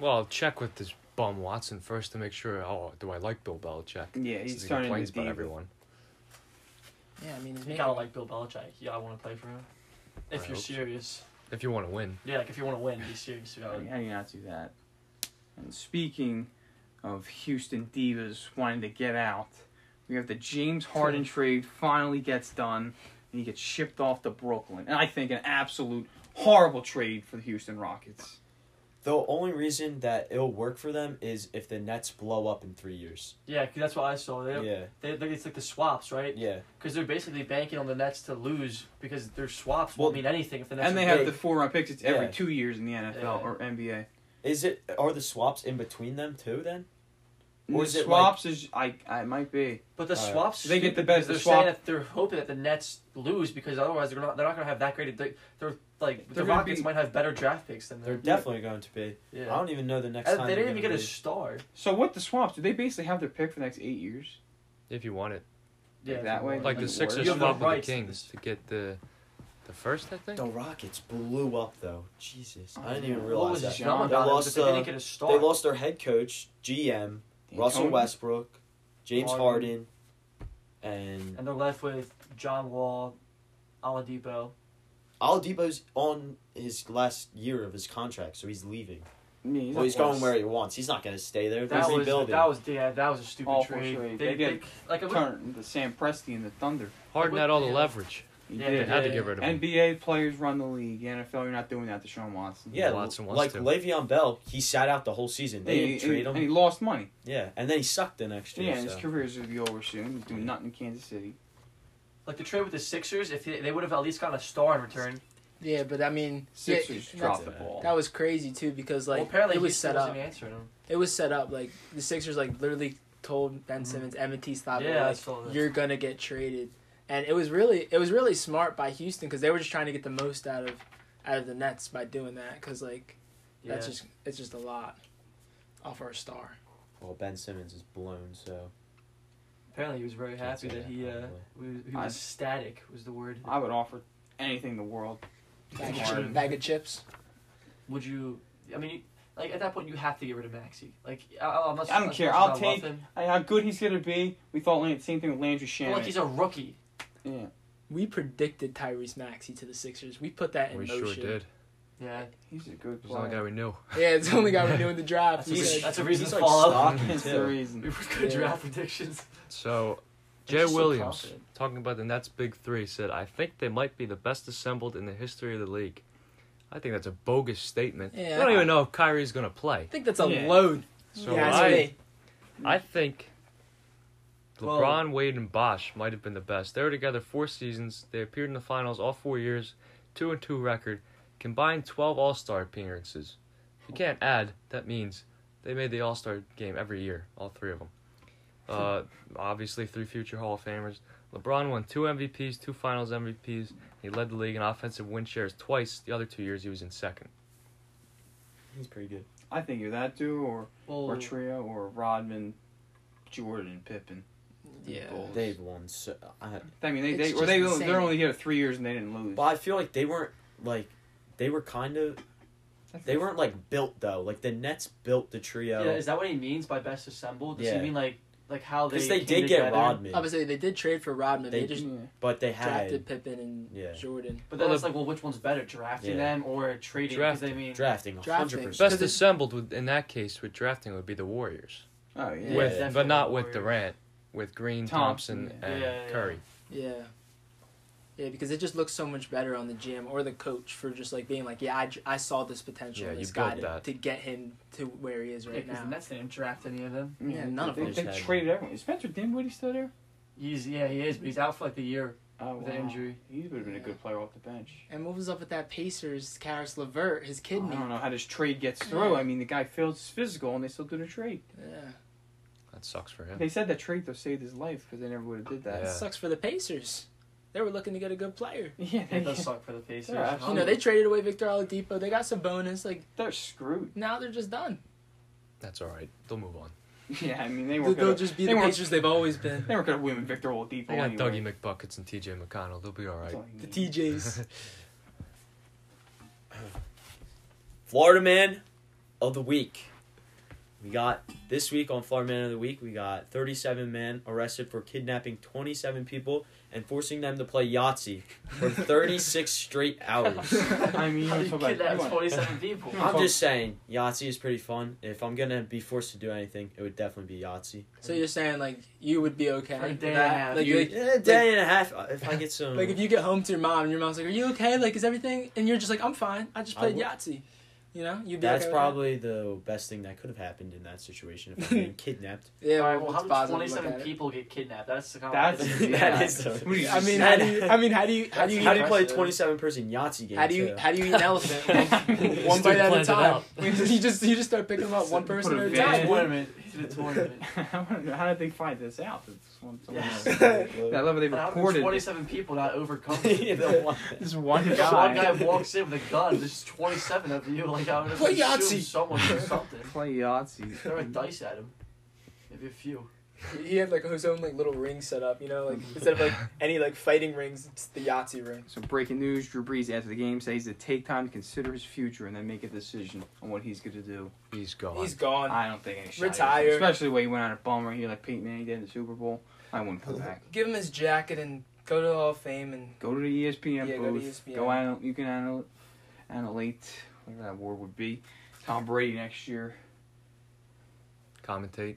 [SPEAKER 3] Well, I'll check with this bum Watson first to make sure. Oh, do I like Bill Belichick?
[SPEAKER 4] Yeah,
[SPEAKER 3] Since
[SPEAKER 4] he's
[SPEAKER 3] he
[SPEAKER 4] turning
[SPEAKER 3] complains
[SPEAKER 4] into
[SPEAKER 3] about
[SPEAKER 4] diva.
[SPEAKER 3] everyone.
[SPEAKER 2] yeah, I mean, it's
[SPEAKER 5] You
[SPEAKER 2] making,
[SPEAKER 5] gotta like Bill Belichick. Yeah, I want to play for him. If
[SPEAKER 3] I
[SPEAKER 5] you're
[SPEAKER 3] hope so.
[SPEAKER 5] serious,
[SPEAKER 3] If you want to win,
[SPEAKER 5] yeah, like if you want to win, be serious about it.
[SPEAKER 4] How do you not do that? And speaking of Houston Divas wanting to get out, we have the James Harden trade finally gets done, and he gets shipped off to Brooklyn. And I think an absolute horrible trade for the Houston Rockets.
[SPEAKER 1] the only reason that it'll work for them is if the Nets blow up in three years.
[SPEAKER 5] Yeah, because that's what I saw. They,
[SPEAKER 1] Yeah,
[SPEAKER 5] they, they, it's like the swaps, right?
[SPEAKER 1] yeah.
[SPEAKER 5] Because they're basically banking on the Nets to lose because their swaps
[SPEAKER 1] Well,
[SPEAKER 5] won't mean anything if the Nets.
[SPEAKER 4] and
[SPEAKER 5] are
[SPEAKER 4] they have
[SPEAKER 5] big.
[SPEAKER 4] the four round picks. It's every
[SPEAKER 1] Yeah.
[SPEAKER 4] two years in the NFL
[SPEAKER 5] Yeah.
[SPEAKER 4] or NBA.
[SPEAKER 1] Is it are the swaps in between them too? Then Or is
[SPEAKER 4] the
[SPEAKER 1] it like-
[SPEAKER 4] swaps is I I might be.
[SPEAKER 5] But the
[SPEAKER 1] All right.
[SPEAKER 5] swaps,
[SPEAKER 4] They get the
[SPEAKER 5] stupid
[SPEAKER 4] best-
[SPEAKER 5] because They're
[SPEAKER 4] the swap-
[SPEAKER 5] saying that they're hoping that the Nets lose because otherwise they're not. They're not gonna have that great. of- They, they're like
[SPEAKER 4] They're
[SPEAKER 5] the
[SPEAKER 4] gonna
[SPEAKER 5] Rockets
[SPEAKER 4] be-
[SPEAKER 5] might have better draft picks than
[SPEAKER 1] they're
[SPEAKER 5] them.
[SPEAKER 1] definitely going to be. I
[SPEAKER 5] Yeah.
[SPEAKER 1] don't Uh, even know the next
[SPEAKER 5] And
[SPEAKER 1] time
[SPEAKER 5] they
[SPEAKER 1] they're
[SPEAKER 5] didn't even get
[SPEAKER 1] gonna
[SPEAKER 5] a
[SPEAKER 1] be.
[SPEAKER 5] star.
[SPEAKER 4] So what the swaps do? They basically have their pick for the next eight years.
[SPEAKER 3] if you want it,
[SPEAKER 5] Yeah,
[SPEAKER 4] that way?
[SPEAKER 3] like the
[SPEAKER 4] Like,
[SPEAKER 3] Sixers
[SPEAKER 5] you have the
[SPEAKER 3] swap with the
[SPEAKER 5] rights to
[SPEAKER 3] Kings
[SPEAKER 5] this.
[SPEAKER 3] to get the the first, I think.
[SPEAKER 1] The Rockets blew up though. Jesus, I didn't even
[SPEAKER 4] What
[SPEAKER 5] What
[SPEAKER 1] realize
[SPEAKER 5] was
[SPEAKER 1] that.
[SPEAKER 5] his
[SPEAKER 4] John,
[SPEAKER 5] number
[SPEAKER 1] they
[SPEAKER 5] about it was
[SPEAKER 1] lost,
[SPEAKER 5] that they
[SPEAKER 1] uh,
[SPEAKER 5] didn't get a star.
[SPEAKER 1] They lost their head coach, GM, Russell
[SPEAKER 4] Tony?
[SPEAKER 1] Westbrook, James Harden,
[SPEAKER 5] Harden.
[SPEAKER 1] and
[SPEAKER 5] and they're left with John Wall, Aladipo.
[SPEAKER 1] Aladipo's on his last year of his contract, so he's leaving.
[SPEAKER 4] Yeah, he's,
[SPEAKER 1] well, he's
[SPEAKER 4] not worse.
[SPEAKER 1] going where he wants. He's not going to stay there. They're
[SPEAKER 5] That was
[SPEAKER 1] rebuilding.
[SPEAKER 5] that was yeah that was a stupid
[SPEAKER 4] Awful
[SPEAKER 5] trade.
[SPEAKER 4] trade.
[SPEAKER 5] They,
[SPEAKER 4] They
[SPEAKER 5] they,
[SPEAKER 4] did
[SPEAKER 5] like it was-
[SPEAKER 4] Turn the Sam Presti and the Thunder.
[SPEAKER 3] Harden
[SPEAKER 5] What
[SPEAKER 3] had all the
[SPEAKER 5] the-
[SPEAKER 3] leverage.
[SPEAKER 4] He
[SPEAKER 5] Yeah,
[SPEAKER 4] did.
[SPEAKER 3] They had to get rid of him.
[SPEAKER 4] NBA players run the league. The NFL, you're not doing that to Sean Watson.
[SPEAKER 1] yeah,
[SPEAKER 3] Watson wants
[SPEAKER 1] like
[SPEAKER 3] to.
[SPEAKER 1] Le'Veon Bell, he sat out the whole season.
[SPEAKER 4] And
[SPEAKER 1] They
[SPEAKER 4] he-
[SPEAKER 1] didn't trade
[SPEAKER 4] and,
[SPEAKER 1] him.
[SPEAKER 4] and he lost money.
[SPEAKER 1] yeah, and then he sucked the next
[SPEAKER 4] Yeah,
[SPEAKER 1] year.
[SPEAKER 4] and his
[SPEAKER 1] so.
[SPEAKER 4] career's gonna be over soon. He's doing nothing in Kansas City.
[SPEAKER 5] like the trade with the Sixers. If they, they would have at least gotten a star in return.
[SPEAKER 2] yeah, but I mean, yeah,
[SPEAKER 4] Sixers
[SPEAKER 2] that's-
[SPEAKER 4] dropped the
[SPEAKER 1] it.
[SPEAKER 4] ball.
[SPEAKER 2] That was crazy too because like
[SPEAKER 5] well, apparently
[SPEAKER 2] it was
[SPEAKER 5] Houston
[SPEAKER 2] set up.
[SPEAKER 5] wasn't answering them.
[SPEAKER 2] It was set up like the Sixers like literally told Ben Simmons, M and T stop
[SPEAKER 5] Mm-hmm. Yeah, I
[SPEAKER 2] it,
[SPEAKER 5] saw
[SPEAKER 2] like
[SPEAKER 5] that.
[SPEAKER 2] you're gonna get traded. and it was really it was really smart by Houston because they were just trying to get the most out of out of the Nets by doing that because like
[SPEAKER 5] Yeah.
[SPEAKER 2] that's just it's just a lot off our star.
[SPEAKER 1] Well, Ben Simmons is blown, so
[SPEAKER 5] Apparently, he was very
[SPEAKER 1] Can't
[SPEAKER 5] happy
[SPEAKER 1] say
[SPEAKER 5] that
[SPEAKER 1] that,
[SPEAKER 5] he uh,
[SPEAKER 1] probably.
[SPEAKER 5] was, he
[SPEAKER 4] I-
[SPEAKER 5] was static was the word.
[SPEAKER 4] I would offer anything in the world. to
[SPEAKER 2] Bag of,
[SPEAKER 4] Harden.
[SPEAKER 2] chi- bag of chips.
[SPEAKER 5] Would you? I mean, you- like at that point, you have to get rid of Maxi. Like I, I'm not,
[SPEAKER 4] I don't
[SPEAKER 5] as
[SPEAKER 4] care.
[SPEAKER 5] much as
[SPEAKER 4] I'll
[SPEAKER 5] I love
[SPEAKER 4] take-
[SPEAKER 5] him.
[SPEAKER 4] Hey, how good he's gonna be? We thought Lan- same thing with Landry
[SPEAKER 5] Well,
[SPEAKER 4] Shamet.
[SPEAKER 5] like he's a rookie.
[SPEAKER 4] yeah,
[SPEAKER 2] We predicted Tyrese Maxey to the Sixers. We put that in
[SPEAKER 3] We
[SPEAKER 2] motion.
[SPEAKER 3] sure did.
[SPEAKER 5] Yeah,
[SPEAKER 4] he's a good
[SPEAKER 3] He's the only
[SPEAKER 4] player.
[SPEAKER 3] guy we knew.
[SPEAKER 2] Yeah, it's the only guy we're doing the draft.
[SPEAKER 5] that's
[SPEAKER 2] We
[SPEAKER 5] a,
[SPEAKER 2] said-
[SPEAKER 5] that's a reason
[SPEAKER 1] he's
[SPEAKER 5] to
[SPEAKER 1] like
[SPEAKER 5] follow.
[SPEAKER 1] stock-
[SPEAKER 4] That's the
[SPEAKER 1] Too.
[SPEAKER 5] We
[SPEAKER 4] reason.
[SPEAKER 5] were good
[SPEAKER 2] Yeah.
[SPEAKER 5] draft predictions.
[SPEAKER 3] So,
[SPEAKER 5] It's
[SPEAKER 3] Jay
[SPEAKER 5] just so
[SPEAKER 3] Williams,
[SPEAKER 5] confident.
[SPEAKER 3] talking about the Nets' big three, said, "I think they might be the best assembled in the history of the league." I think that's a bogus statement.
[SPEAKER 2] Yeah.
[SPEAKER 3] we don't even know if Kyrie's gonna play.
[SPEAKER 2] I think that's a
[SPEAKER 4] Yeah.
[SPEAKER 2] load.
[SPEAKER 3] So
[SPEAKER 2] yeah, that's
[SPEAKER 3] I,
[SPEAKER 2] me.
[SPEAKER 3] I think
[SPEAKER 5] Well-
[SPEAKER 3] LeBron, Wade, and Bosch might have been the best. They were together four seasons. They appeared in the finals all four years, two and two record, combined twelve All Star appearances. If you can't add, that means they made the All Star game every year, all three of them. Uh, obviously, three future Hall of Famers. LeBron won two MVPs, two Finals MVPs. He led the league in offensive win shares twice. The other two years, he was in second.
[SPEAKER 1] he's pretty good.
[SPEAKER 4] I think you're that dude, or or
[SPEAKER 5] Well,
[SPEAKER 4] Trio, or Rodman, Jordan, and Pippen.
[SPEAKER 2] Yeah.
[SPEAKER 4] Bulls.
[SPEAKER 1] They've won. So, I,
[SPEAKER 4] I mean, they,
[SPEAKER 2] It's
[SPEAKER 4] they or
[SPEAKER 2] just
[SPEAKER 4] they
[SPEAKER 2] insane.
[SPEAKER 4] they're only here three years and they didn't lose.
[SPEAKER 1] but I feel like they weren't like they were kind of they weren't like built though. Like the Nets built the trio
[SPEAKER 5] yeah, is that what he means by best assembled? Does
[SPEAKER 1] Yeah.
[SPEAKER 5] he mean like like how they?
[SPEAKER 1] because they,
[SPEAKER 5] came
[SPEAKER 1] did
[SPEAKER 5] together?
[SPEAKER 1] get Rodman,
[SPEAKER 2] I would say they did trade for Rodman. They,
[SPEAKER 1] They-
[SPEAKER 2] just
[SPEAKER 4] Yeah.
[SPEAKER 1] but they had
[SPEAKER 2] drafted Pippen and
[SPEAKER 1] Yeah.
[SPEAKER 2] Jordan.
[SPEAKER 5] But then
[SPEAKER 3] Well,
[SPEAKER 5] it's like, well, which one's better, drafting
[SPEAKER 1] Yeah.
[SPEAKER 5] them or trading? Because they mean
[SPEAKER 1] drafting
[SPEAKER 2] Drafting.
[SPEAKER 1] hundred percent.
[SPEAKER 3] Best assembled would, in that case with drafting would be the Warriors.
[SPEAKER 4] Oh yeah.
[SPEAKER 1] Yeah.
[SPEAKER 3] with,
[SPEAKER 5] definitely
[SPEAKER 3] but not with
[SPEAKER 5] Warriors.
[SPEAKER 3] Durant, with Green,
[SPEAKER 4] Thompson,
[SPEAKER 3] Thompson,
[SPEAKER 4] yeah.
[SPEAKER 3] and
[SPEAKER 5] Yeah, yeah,
[SPEAKER 3] Curry.
[SPEAKER 2] Yeah. Yeah, because it just looks so much better on the gym or the coach for just like being like, yeah, I, j- I saw this potential
[SPEAKER 3] Yeah,
[SPEAKER 2] in
[SPEAKER 3] you
[SPEAKER 2] this guy
[SPEAKER 3] built
[SPEAKER 2] to,
[SPEAKER 3] that.
[SPEAKER 2] to get him to where he is
[SPEAKER 5] Yeah,
[SPEAKER 2] right
[SPEAKER 5] because the
[SPEAKER 2] now.
[SPEAKER 5] Nets didn't draft any of them.
[SPEAKER 2] Yeah, none of
[SPEAKER 4] they,
[SPEAKER 1] them
[SPEAKER 4] They
[SPEAKER 1] just had-
[SPEAKER 4] traded everyone. Is Spencer Dinwiddie still there?
[SPEAKER 5] He's yeah, he is, but he's out for like the year.
[SPEAKER 4] Oh,
[SPEAKER 5] With an injury.
[SPEAKER 4] He would have been a
[SPEAKER 2] Yeah.
[SPEAKER 4] good player off the bench.
[SPEAKER 2] And what was up with that Pacers, Karis Levert, his
[SPEAKER 4] I
[SPEAKER 2] kidney?
[SPEAKER 4] don't know how this trade gets through.
[SPEAKER 2] Yeah.
[SPEAKER 4] I mean, the guy failed his physical, and they still did a trade.
[SPEAKER 2] Yeah.
[SPEAKER 3] That sucks for him.
[SPEAKER 4] They said that trade though saved his life because they never would have did
[SPEAKER 2] That
[SPEAKER 4] that.
[SPEAKER 3] Yeah.
[SPEAKER 2] sucks for the Pacers. They were looking to get a good player.
[SPEAKER 4] Yeah,
[SPEAKER 5] It
[SPEAKER 4] they,
[SPEAKER 5] does suck for the Pacers.
[SPEAKER 4] Yeah, absolutely.
[SPEAKER 2] You know, they traded away Victor Oladipo. They got some bonus. Like,
[SPEAKER 4] they're screwed.
[SPEAKER 2] now they're just done.
[SPEAKER 3] That's all right. They'll move on.
[SPEAKER 4] Yeah, I mean, they
[SPEAKER 2] They'll
[SPEAKER 4] weren't. Gonna,
[SPEAKER 2] just be
[SPEAKER 4] they
[SPEAKER 2] the
[SPEAKER 4] weren't-
[SPEAKER 2] Pacers they've always been.
[SPEAKER 4] they weren't gonna win with Victor Oladipo.
[SPEAKER 3] They got
[SPEAKER 4] anyway.
[SPEAKER 3] Dougie McBuckets and T.J. McConnell. They'll be all
[SPEAKER 4] That's
[SPEAKER 3] right.
[SPEAKER 4] all he
[SPEAKER 2] The
[SPEAKER 4] needs.
[SPEAKER 2] TJs.
[SPEAKER 1] Florida Man of the Week. We got this week on Florida Man of the Week, we got 37 men arrested for kidnapping 27 people and forcing them to play Yahtzee for 36 straight hours.
[SPEAKER 4] I mean, you
[SPEAKER 5] How
[SPEAKER 4] wanna
[SPEAKER 5] do
[SPEAKER 4] talk
[SPEAKER 5] you
[SPEAKER 4] about-
[SPEAKER 5] kid that
[SPEAKER 4] you
[SPEAKER 5] was
[SPEAKER 4] wanna-
[SPEAKER 5] 27 people?
[SPEAKER 4] you wanna
[SPEAKER 1] I'm
[SPEAKER 4] talk-
[SPEAKER 1] just saying, Yahtzee is pretty fun. If I'm gonna be forced to do anything, it would definitely be Yahtzee.
[SPEAKER 2] So you're saying like you would be okay?
[SPEAKER 5] For a
[SPEAKER 2] with
[SPEAKER 5] day and
[SPEAKER 2] that?
[SPEAKER 5] a half.
[SPEAKER 2] Like,
[SPEAKER 5] You-
[SPEAKER 2] like,
[SPEAKER 1] Yeah, a day and a half. uh, If I get some,
[SPEAKER 2] like, if you get home to your mom and your mom's like, "Are you okay? Like, is everything?" And you're just like, "I'm fine. I just
[SPEAKER 1] I
[SPEAKER 2] played
[SPEAKER 1] would-
[SPEAKER 2] Yahtzee." You know, you'd be
[SPEAKER 1] that's
[SPEAKER 2] okay with
[SPEAKER 1] probably the best thing that could have happened in that situation. If I'm being kidnapped,
[SPEAKER 2] that? Yeah,
[SPEAKER 5] All right,
[SPEAKER 2] well,
[SPEAKER 5] well,
[SPEAKER 2] it's
[SPEAKER 5] how did
[SPEAKER 2] positive to look
[SPEAKER 5] 27
[SPEAKER 2] at it.
[SPEAKER 5] people get kidnapped? That's the kind of-
[SPEAKER 4] That's yeah.
[SPEAKER 1] That is so-
[SPEAKER 4] What do you
[SPEAKER 2] I mean,
[SPEAKER 4] just-
[SPEAKER 2] how do you, I mean, how do you how do you
[SPEAKER 1] how do you play a
[SPEAKER 5] impressive.
[SPEAKER 1] 27 person Yahtzee game?
[SPEAKER 2] how do you
[SPEAKER 1] too?
[SPEAKER 2] how do you eat an elephant? One
[SPEAKER 3] Just
[SPEAKER 2] bite at a
[SPEAKER 3] plans it
[SPEAKER 2] time.
[SPEAKER 3] out.
[SPEAKER 2] you just you just start picking them up one
[SPEAKER 4] Put
[SPEAKER 2] person
[SPEAKER 4] a
[SPEAKER 2] at a
[SPEAKER 4] van.
[SPEAKER 2] time.
[SPEAKER 5] tournament. He did a tournament.
[SPEAKER 4] I want to know how did they find this out? It's one- someone
[SPEAKER 5] Yes.
[SPEAKER 4] else. I love how they
[SPEAKER 5] And how did
[SPEAKER 4] reported.
[SPEAKER 5] 27 people not overcome
[SPEAKER 1] Yeah,
[SPEAKER 5] it?
[SPEAKER 1] the one-
[SPEAKER 4] This one
[SPEAKER 5] This
[SPEAKER 4] guy.
[SPEAKER 5] one guy walks in with a gun. There's 27 of you. Like I would have
[SPEAKER 2] Play
[SPEAKER 5] assumed
[SPEAKER 2] Yahtzee.
[SPEAKER 5] someone or something.
[SPEAKER 4] Play Yahtzee.
[SPEAKER 5] Throw a dice at him. Maybe a few.
[SPEAKER 2] He had like his own like little ring set up, you know, like instead of like any like fighting rings, it's the Yahtzee ring.
[SPEAKER 4] So breaking news: Drew Brees after the game says to take time to consider his future and then make a decision on what he's going to do.
[SPEAKER 3] He's gone.
[SPEAKER 2] He's gone.
[SPEAKER 4] I don't think any shot.
[SPEAKER 2] Retire.
[SPEAKER 4] Especially when he went on a bummer here like Peyton Manning did in the Super Bowl. I wouldn't come back.
[SPEAKER 2] Give him his jacket and go to the Hall of Fame and
[SPEAKER 4] Go to the E ESPN
[SPEAKER 2] Yeah,
[SPEAKER 4] booth.
[SPEAKER 2] go to
[SPEAKER 4] Go,
[SPEAKER 5] E
[SPEAKER 2] ESPN.
[SPEAKER 4] anal- You can anal- annulate whatever that word would be. Tom Brady next year.
[SPEAKER 3] Commentate.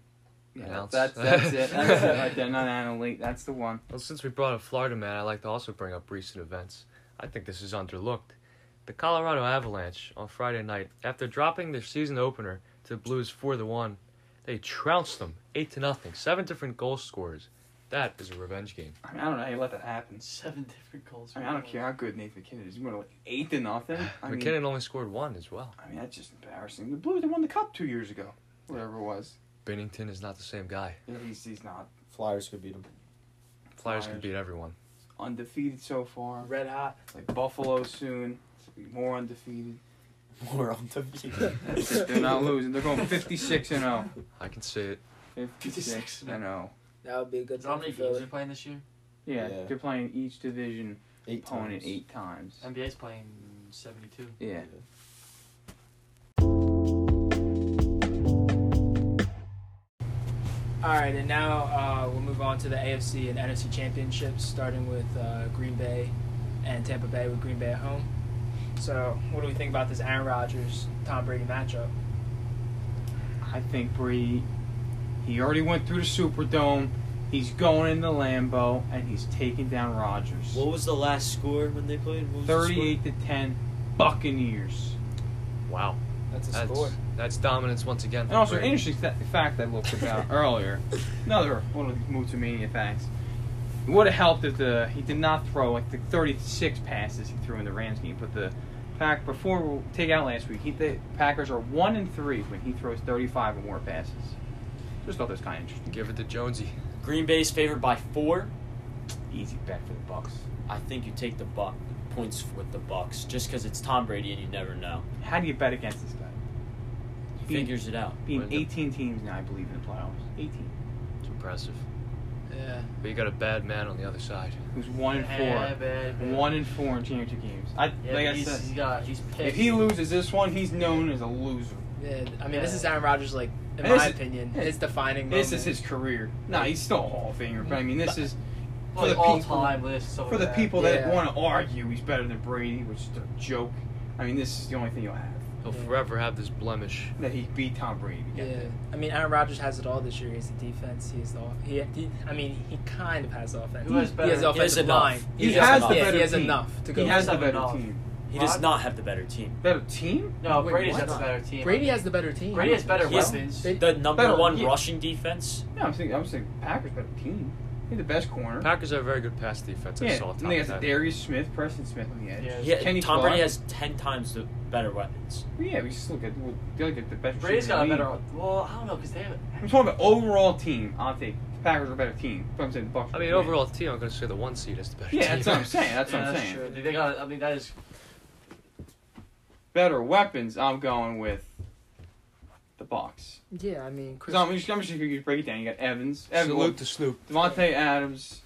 [SPEAKER 4] Yeah,
[SPEAKER 3] Announce.
[SPEAKER 4] that's, that's it. That's it right there. Not annulate. That's the one.
[SPEAKER 3] Well, since we brought up Florida man, I'd like to also bring up recent events. I think this is underlooked. The Colorado Avalanche on Friday night, after dropping their season opener to the Blues four to one, they trounced them eight to nothing. Seven different goal scorers. That is a revenge game.
[SPEAKER 4] I, mean, I don't know how you let that happen.
[SPEAKER 5] Seven different goals.
[SPEAKER 4] I mean, I don't care how good Nathan McKinnon is. You want to like eight to nothing? I mean,
[SPEAKER 3] McKinnon only scored one as well.
[SPEAKER 4] I mean, that's just embarrassing. The Blues they won the cup two years ago, whatever it was.
[SPEAKER 3] Bennington is not the same guy.
[SPEAKER 4] Yeah, he's, he's not.
[SPEAKER 1] Flyers could beat them.
[SPEAKER 3] Flyers
[SPEAKER 4] Flyers.
[SPEAKER 3] can beat everyone.
[SPEAKER 4] undefeated so far.
[SPEAKER 2] Red hot.
[SPEAKER 4] Like Buffalo soon, it's gonna be more undefeated.
[SPEAKER 1] We're on the field.
[SPEAKER 4] That's it. They're not losing. They're going 56 and 0.
[SPEAKER 3] I can see it.
[SPEAKER 4] 56 and 0.
[SPEAKER 2] That would be a good thing for
[SPEAKER 5] How many games are
[SPEAKER 2] Philly.
[SPEAKER 5] you playing this year?
[SPEAKER 4] Yeah,
[SPEAKER 1] Yeah.
[SPEAKER 4] they're playing each division
[SPEAKER 1] Eight
[SPEAKER 4] opponent
[SPEAKER 1] times.
[SPEAKER 4] eight times.
[SPEAKER 5] NBA's playing 72.
[SPEAKER 4] Yeah.
[SPEAKER 2] All right, and now uh, we'll move on to the AFC and NFC championships, starting with uh, Green Bay and Tampa Bay with Green Bay at home. So, what do we think about this Aaron Rodgers Tom Brady matchup?
[SPEAKER 4] I think Brady, he already went through the Superdome. He's going into Lambeau and he's taking down Rodgers.
[SPEAKER 6] What was the last score when they played? What was the score?
[SPEAKER 4] 38 to 10, Buccaneers.
[SPEAKER 3] Wow.
[SPEAKER 2] That's a
[SPEAKER 3] That's,
[SPEAKER 2] score.
[SPEAKER 3] that's dominance once again.
[SPEAKER 4] And also, an interesting th- fact I looked about earlier. Another one of these Mutamania facts. It would have helped if the he did not throw like the 36 passes he threw in the Rams game, but the pack before we take out last week, he, the Packers are one and three when he throws 35 or more passes. Just thought that was kind of interesting.
[SPEAKER 3] Give it to Jonesy.
[SPEAKER 1] Green Bay's favored by four.
[SPEAKER 4] Easy bet for the Bucks.
[SPEAKER 1] I think you take the buck points with the Bucks just because it's Tom Brady and you never know.
[SPEAKER 4] How do you bet against this guy?
[SPEAKER 1] He figures it out.
[SPEAKER 4] Being
[SPEAKER 3] Win the-
[SPEAKER 4] 18 teams now, I believe in the playoffs. 18.
[SPEAKER 3] It's impressive.
[SPEAKER 5] Yeah.
[SPEAKER 3] But you got a bad man on the other side.
[SPEAKER 4] Who's one and
[SPEAKER 5] Yeah,
[SPEAKER 4] four?
[SPEAKER 5] bad, bad.
[SPEAKER 4] One and four in championship games. I
[SPEAKER 5] Yeah,
[SPEAKER 4] like
[SPEAKER 5] but
[SPEAKER 4] I
[SPEAKER 5] he's,
[SPEAKER 4] said,
[SPEAKER 5] he's got, he's pissed.
[SPEAKER 4] if he loses this one, he's known as a loser.
[SPEAKER 2] Yeah, I mean, this is Aaron Rodgers, like, in
[SPEAKER 4] This
[SPEAKER 2] my
[SPEAKER 4] is-
[SPEAKER 2] opinion, his defining moment.
[SPEAKER 4] This is his career. No, he's still a Hall of Famer, but I mean, this is
[SPEAKER 5] Well,
[SPEAKER 4] for the
[SPEAKER 5] all
[SPEAKER 4] people-
[SPEAKER 5] time list. So
[SPEAKER 4] for the
[SPEAKER 5] bad.
[SPEAKER 4] people that
[SPEAKER 2] Yeah.
[SPEAKER 4] want to argue he's better than Brady, which is a joke. I mean, this is the only thing you'll have
[SPEAKER 3] He'll
[SPEAKER 2] Yeah.
[SPEAKER 3] forever have this blemish.
[SPEAKER 4] that he beat Tom Brady.
[SPEAKER 2] Yeah,
[SPEAKER 4] again.
[SPEAKER 2] I mean Aaron Rodgers has it all this year. He has the defense. He has the. He, he I mean, he kind of has the offense.
[SPEAKER 5] Who has
[SPEAKER 2] he
[SPEAKER 5] better-
[SPEAKER 2] has the
[SPEAKER 1] He has
[SPEAKER 2] offensive
[SPEAKER 1] enough.
[SPEAKER 2] line.
[SPEAKER 4] He,
[SPEAKER 1] does
[SPEAKER 4] has
[SPEAKER 1] enough.
[SPEAKER 4] the
[SPEAKER 2] yeah,
[SPEAKER 4] better
[SPEAKER 2] he has
[SPEAKER 4] team.
[SPEAKER 2] enough to go.
[SPEAKER 4] He has the
[SPEAKER 5] Seven
[SPEAKER 4] better
[SPEAKER 5] off.
[SPEAKER 4] team.
[SPEAKER 1] He does not have the better team.
[SPEAKER 4] Better team?
[SPEAKER 5] No,
[SPEAKER 2] Wait,
[SPEAKER 5] Brady's
[SPEAKER 2] what?
[SPEAKER 5] got the better team.
[SPEAKER 2] Brady has the better team.
[SPEAKER 5] Brady has better
[SPEAKER 1] He's-
[SPEAKER 5] weapons.
[SPEAKER 2] They-
[SPEAKER 1] The number
[SPEAKER 4] Better-
[SPEAKER 1] one
[SPEAKER 4] yeah.
[SPEAKER 1] rushing defense.
[SPEAKER 4] No, I'm saying I'm saying Packers better team. They had the best corner.
[SPEAKER 3] Packers are a very good pass defense. I
[SPEAKER 4] yeah,
[SPEAKER 3] saw
[SPEAKER 4] and
[SPEAKER 3] top
[SPEAKER 4] they got
[SPEAKER 3] ten.
[SPEAKER 4] Darius Smith, Preston Smith on the edge.
[SPEAKER 5] Yeah.
[SPEAKER 1] Yeah,
[SPEAKER 4] Kenny
[SPEAKER 1] Tom Brady
[SPEAKER 4] Clark.
[SPEAKER 1] has ten times the better weapons.
[SPEAKER 4] Yeah, we still get we still get the best.
[SPEAKER 5] Brady's
[SPEAKER 4] receiver
[SPEAKER 5] got a
[SPEAKER 4] in the league.
[SPEAKER 5] better. Well, I don't know because they. have-
[SPEAKER 4] I'm talking about overall team. I'll take the Packers are a better team. But I'm saying the Bucks.
[SPEAKER 3] I
[SPEAKER 4] will
[SPEAKER 3] mean,
[SPEAKER 4] win.
[SPEAKER 3] overall team, I'm going to say the one seed is the better
[SPEAKER 4] Yeah,
[SPEAKER 3] team.
[SPEAKER 4] that's what I'm saying. That's what
[SPEAKER 5] Yeah,
[SPEAKER 4] I'm
[SPEAKER 5] that's
[SPEAKER 4] saying.
[SPEAKER 5] true. They- They got. I mean, that is.
[SPEAKER 4] Better weapons. I'm going with the Bucks.
[SPEAKER 2] Yeah, I mean, Chris,
[SPEAKER 4] Because I'm just, I'm just going to break it down. You got Evans, Evans,
[SPEAKER 3] Salute to Snoop.
[SPEAKER 4] Devontae Adams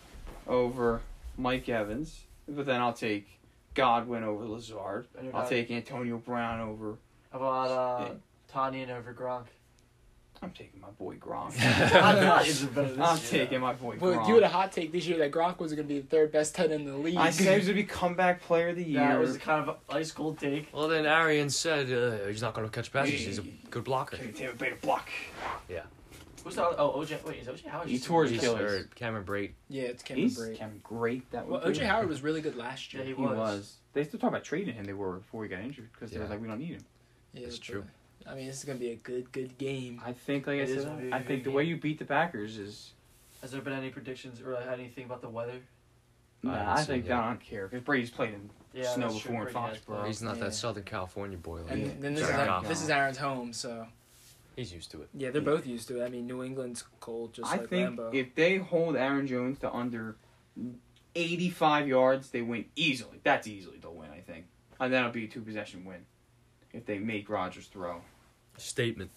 [SPEAKER 4] over Mike Evans, but then I'll take Godwin over Lazard. I'll take Antonio Brown over.
[SPEAKER 5] How about uh,
[SPEAKER 4] Yeah.
[SPEAKER 5] Tanyan over Gronk?
[SPEAKER 4] I'm taking my boy Gronk.
[SPEAKER 5] Tanyan is better this
[SPEAKER 4] I'm
[SPEAKER 5] year.
[SPEAKER 4] taking my boy
[SPEAKER 2] well, you had a
[SPEAKER 4] Gronk.
[SPEAKER 2] hot take this year that Gronk was going to be the third best tight end in the league.
[SPEAKER 4] I said he was going to be comeback player of the year.
[SPEAKER 5] That was kind of a ice cold take.
[SPEAKER 3] Well, then Arian said uh, he's not going to catch passes. He's a good blocker.
[SPEAKER 4] Okay, David Beta block.
[SPEAKER 5] Who's the other? Oh, OJ. Wait, is OJ Howard?
[SPEAKER 4] He
[SPEAKER 5] just-
[SPEAKER 4] tore his
[SPEAKER 3] He's-
[SPEAKER 4] Achilles.
[SPEAKER 3] or Cameron Brate.
[SPEAKER 2] yeah, it's Cameron
[SPEAKER 4] He's
[SPEAKER 2] Brady.
[SPEAKER 4] kind of great. That
[SPEAKER 2] Well,
[SPEAKER 4] would
[SPEAKER 2] OJ
[SPEAKER 4] be.
[SPEAKER 2] Howard was really good last year.
[SPEAKER 5] Yeah, he
[SPEAKER 4] He
[SPEAKER 5] was.
[SPEAKER 4] was. They still talk about trading him. They were before he got injured because they were
[SPEAKER 3] Yeah.
[SPEAKER 4] like, we don't need him.
[SPEAKER 2] Yeah,
[SPEAKER 3] That's
[SPEAKER 2] but-
[SPEAKER 3] true.
[SPEAKER 2] I mean, this is going to be a good, good game.
[SPEAKER 4] I think, like
[SPEAKER 5] It
[SPEAKER 4] I
[SPEAKER 5] is
[SPEAKER 4] said,
[SPEAKER 5] a big
[SPEAKER 4] I think the
[SPEAKER 5] game.
[SPEAKER 4] way you beat the Packers is.
[SPEAKER 5] Has there been any predictions or anything about the weather?
[SPEAKER 3] I
[SPEAKER 4] Nah,
[SPEAKER 3] haven't
[SPEAKER 4] I
[SPEAKER 3] seen
[SPEAKER 4] think
[SPEAKER 3] it
[SPEAKER 4] that
[SPEAKER 3] yet.
[SPEAKER 4] I don't care because Brady's played in
[SPEAKER 5] Yeah,
[SPEAKER 4] snow
[SPEAKER 5] that's true,
[SPEAKER 4] before in
[SPEAKER 5] Brady has
[SPEAKER 4] Foxborough.
[SPEAKER 5] played.
[SPEAKER 3] uh, He's not
[SPEAKER 2] Yeah.
[SPEAKER 3] that Southern California boy. Like,
[SPEAKER 2] And
[SPEAKER 4] Yeah.
[SPEAKER 2] then this is,
[SPEAKER 3] Jared
[SPEAKER 2] our,
[SPEAKER 3] Goff.
[SPEAKER 2] this is Aaron's home, so
[SPEAKER 3] He's used to it.
[SPEAKER 2] yeah, they're both used to it. I mean, New England's cold, just
[SPEAKER 4] I
[SPEAKER 2] like
[SPEAKER 4] think
[SPEAKER 2] Lambeau.
[SPEAKER 4] if they hold Aaron Jones to under 85 yards, they win easily. That's easily they'll win, I think. And that'll be a two possession win if they make Rodgers throw.
[SPEAKER 3] Statement.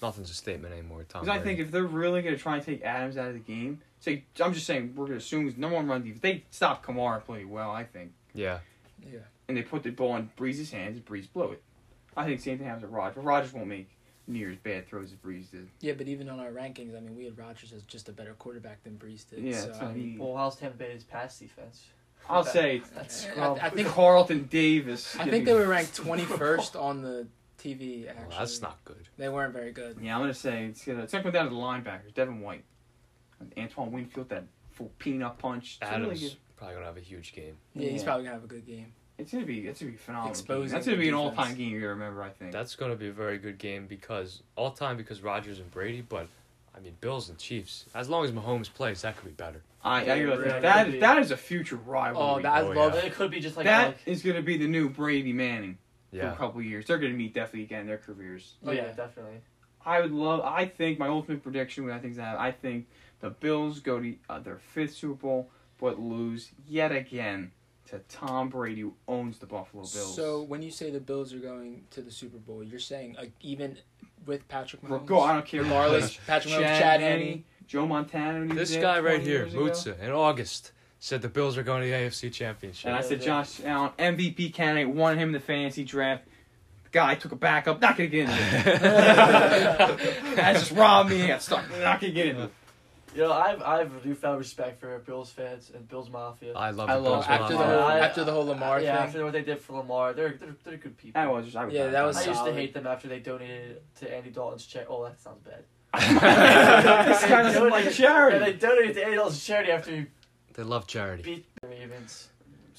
[SPEAKER 3] Nothing's a statement anymore, Tom.
[SPEAKER 4] Because I think if they're really going to try and take Adams out of the game, say I'm just saying we're going to assume he's number one run defense. They stop Kamara and play well, I think.
[SPEAKER 3] yeah,
[SPEAKER 2] yeah,
[SPEAKER 4] and they put the ball in Breeze's hands, and Breeze blow it. I think same thing happens to Rodgers. But Rodgers won't make near as bad throws as Breeze did.
[SPEAKER 2] yeah, but even on our rankings, I mean, we had Rodgers as just a better quarterback than Brees did.
[SPEAKER 4] Yeah,
[SPEAKER 2] so,
[SPEAKER 4] so
[SPEAKER 2] I mean,
[SPEAKER 4] he-
[SPEAKER 5] Well, how's Tampa Bay's pass defense?
[SPEAKER 4] I'll
[SPEAKER 5] That-
[SPEAKER 4] say
[SPEAKER 5] That's
[SPEAKER 2] I-
[SPEAKER 5] scrub.
[SPEAKER 2] I think-
[SPEAKER 4] Carlton Davis.
[SPEAKER 2] I think they were ranked 21st on the TV. Actually,
[SPEAKER 3] well, that's not good.
[SPEAKER 2] They weren't very good.
[SPEAKER 4] Yeah, I'm gonna say it's gonna. It's gonna come down to the linebackers. Devin White, Antoine Winfield, that full peanut punch. It's gonna
[SPEAKER 3] Adams
[SPEAKER 4] be-
[SPEAKER 3] probably gonna have a huge game.
[SPEAKER 2] Yeah, he's
[SPEAKER 4] Yeah.
[SPEAKER 2] probably gonna have a good game.
[SPEAKER 4] It's gonna be. It's gonna be a phenomenal. game.
[SPEAKER 2] Exposing
[SPEAKER 4] That's gonna be an
[SPEAKER 2] the
[SPEAKER 4] all-time
[SPEAKER 2] defense.
[SPEAKER 4] game you remember. I think.
[SPEAKER 3] That's gonna be a very good game because all time because Rodgers and Brady, but I mean Bills and Chiefs. As long as Mahomes plays, that could be better.
[SPEAKER 4] I. I realize
[SPEAKER 5] Yeah,
[SPEAKER 4] that that
[SPEAKER 5] really.
[SPEAKER 4] is, that is a future
[SPEAKER 2] Oh,
[SPEAKER 4] rivalry.
[SPEAKER 2] that, I
[SPEAKER 3] Oh,
[SPEAKER 2] love
[SPEAKER 3] yeah.
[SPEAKER 5] It could be just like,
[SPEAKER 4] that
[SPEAKER 5] like
[SPEAKER 4] is gonna be the new Brady Manning for
[SPEAKER 3] Yeah,
[SPEAKER 4] a couple years. They're gonna meet definitely again in their careers.
[SPEAKER 5] oh yeah,
[SPEAKER 2] Yeah.
[SPEAKER 5] definitely.
[SPEAKER 4] I would love. I think my ultimate prediction. what I think is that I think the Bills go to uh, their fifth Super Bowl, but lose yet again to Tom Brady, who owns the Buffalo Bills.
[SPEAKER 2] So when you say the Bills are going to the Super Bowl, you're saying like, even with Patrick Mahomes,
[SPEAKER 4] go. I don't care.
[SPEAKER 2] regardless, Patrick Mahomes, Chad Henne,
[SPEAKER 4] Joe Montana. when he was
[SPEAKER 3] This
[SPEAKER 4] there
[SPEAKER 3] guy
[SPEAKER 4] 20
[SPEAKER 3] right here,
[SPEAKER 4] years ago.
[SPEAKER 3] Mutsa, in August, said the Bills are going to the AFC Championship.
[SPEAKER 4] And I said Josh Allen, MVP candidate, wanted him in the fantasy draft. The guy took a backup, not gonna get in. That's just robbed me. I got stuck. Not gonna get in.
[SPEAKER 5] You know, I've I've a newfound respect for Bills fans and Bills Mafia.
[SPEAKER 3] I love
[SPEAKER 4] I
[SPEAKER 3] the
[SPEAKER 4] love-
[SPEAKER 3] Bills.
[SPEAKER 2] after the
[SPEAKER 3] Mafia.
[SPEAKER 2] whole
[SPEAKER 5] I-
[SPEAKER 2] after the whole Lamar
[SPEAKER 5] yeah,
[SPEAKER 2] thing.
[SPEAKER 5] after what they did for Lamar, they're they're, they're good people.
[SPEAKER 4] That was just. I was
[SPEAKER 2] Yeah,
[SPEAKER 4] mad.
[SPEAKER 2] that
[SPEAKER 5] I
[SPEAKER 2] was
[SPEAKER 5] used to
[SPEAKER 2] solid.
[SPEAKER 5] hate them after they donated to Andy Dalton's charity. Oh, that sounds bad.
[SPEAKER 4] this guy doesn't like
[SPEAKER 5] And they
[SPEAKER 4] charity.
[SPEAKER 5] donated to Andy Dalton's charity after he
[SPEAKER 3] They love charity.
[SPEAKER 5] beat the Ravens.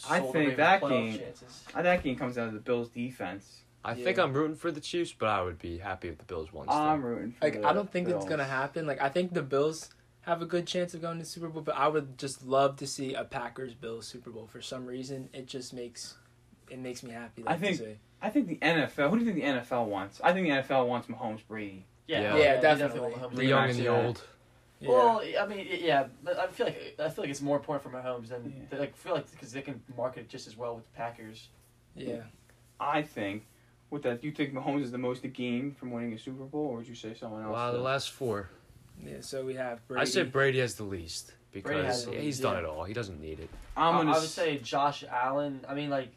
[SPEAKER 4] I
[SPEAKER 5] sold the
[SPEAKER 4] think
[SPEAKER 5] Ravens
[SPEAKER 4] that
[SPEAKER 5] playoff
[SPEAKER 4] game-
[SPEAKER 5] chances.
[SPEAKER 4] I, that game comes down to the Bills' defense.
[SPEAKER 3] I think I'm rooting for the Chiefs, but I would be happy if the Bills won. still.
[SPEAKER 4] I'm rooting for.
[SPEAKER 2] Like
[SPEAKER 4] the
[SPEAKER 2] I don't think
[SPEAKER 4] Bills.
[SPEAKER 2] it's gonna happen. Like I think the Bills have a good chance of going to the Super Bowl, but I would just love to see a Packers Bills Super Bowl. For some reason, it just makes it makes me happy. Like,
[SPEAKER 4] I think-
[SPEAKER 2] to see.
[SPEAKER 4] I think the NFL. Who do you think the NFL wants? I think the NFL wants Mahomes Brady.
[SPEAKER 5] Yeah,
[SPEAKER 3] Yeah.
[SPEAKER 5] no,
[SPEAKER 2] Yeah,
[SPEAKER 5] they
[SPEAKER 2] definitely.
[SPEAKER 5] won
[SPEAKER 3] the
[SPEAKER 5] Mahomes.
[SPEAKER 3] young and
[SPEAKER 4] actually
[SPEAKER 3] the
[SPEAKER 4] that.
[SPEAKER 3] old.
[SPEAKER 2] Yeah.
[SPEAKER 5] Well, I mean, y- yeah, but I feel like I feel like it's more important for Mahomes than
[SPEAKER 4] Yeah.
[SPEAKER 5] they like feel like because they can market it just as well with the Packers.
[SPEAKER 2] yeah.
[SPEAKER 4] I think. With that, do you think Mahomes is the most a game from winning a Super Bowl, or would you say someone else?
[SPEAKER 3] Wow, the
[SPEAKER 4] does?
[SPEAKER 3] last four.
[SPEAKER 2] Yeah, so we have Brady.
[SPEAKER 3] I said Brady has the least
[SPEAKER 5] Brady
[SPEAKER 3] because
[SPEAKER 5] has the
[SPEAKER 3] he's
[SPEAKER 5] least,
[SPEAKER 3] done
[SPEAKER 5] yeah.
[SPEAKER 3] it all. He doesn't need it.
[SPEAKER 4] I'm
[SPEAKER 5] I-
[SPEAKER 4] gonna
[SPEAKER 5] I
[SPEAKER 4] s-
[SPEAKER 5] would say Josh Allen. I mean, like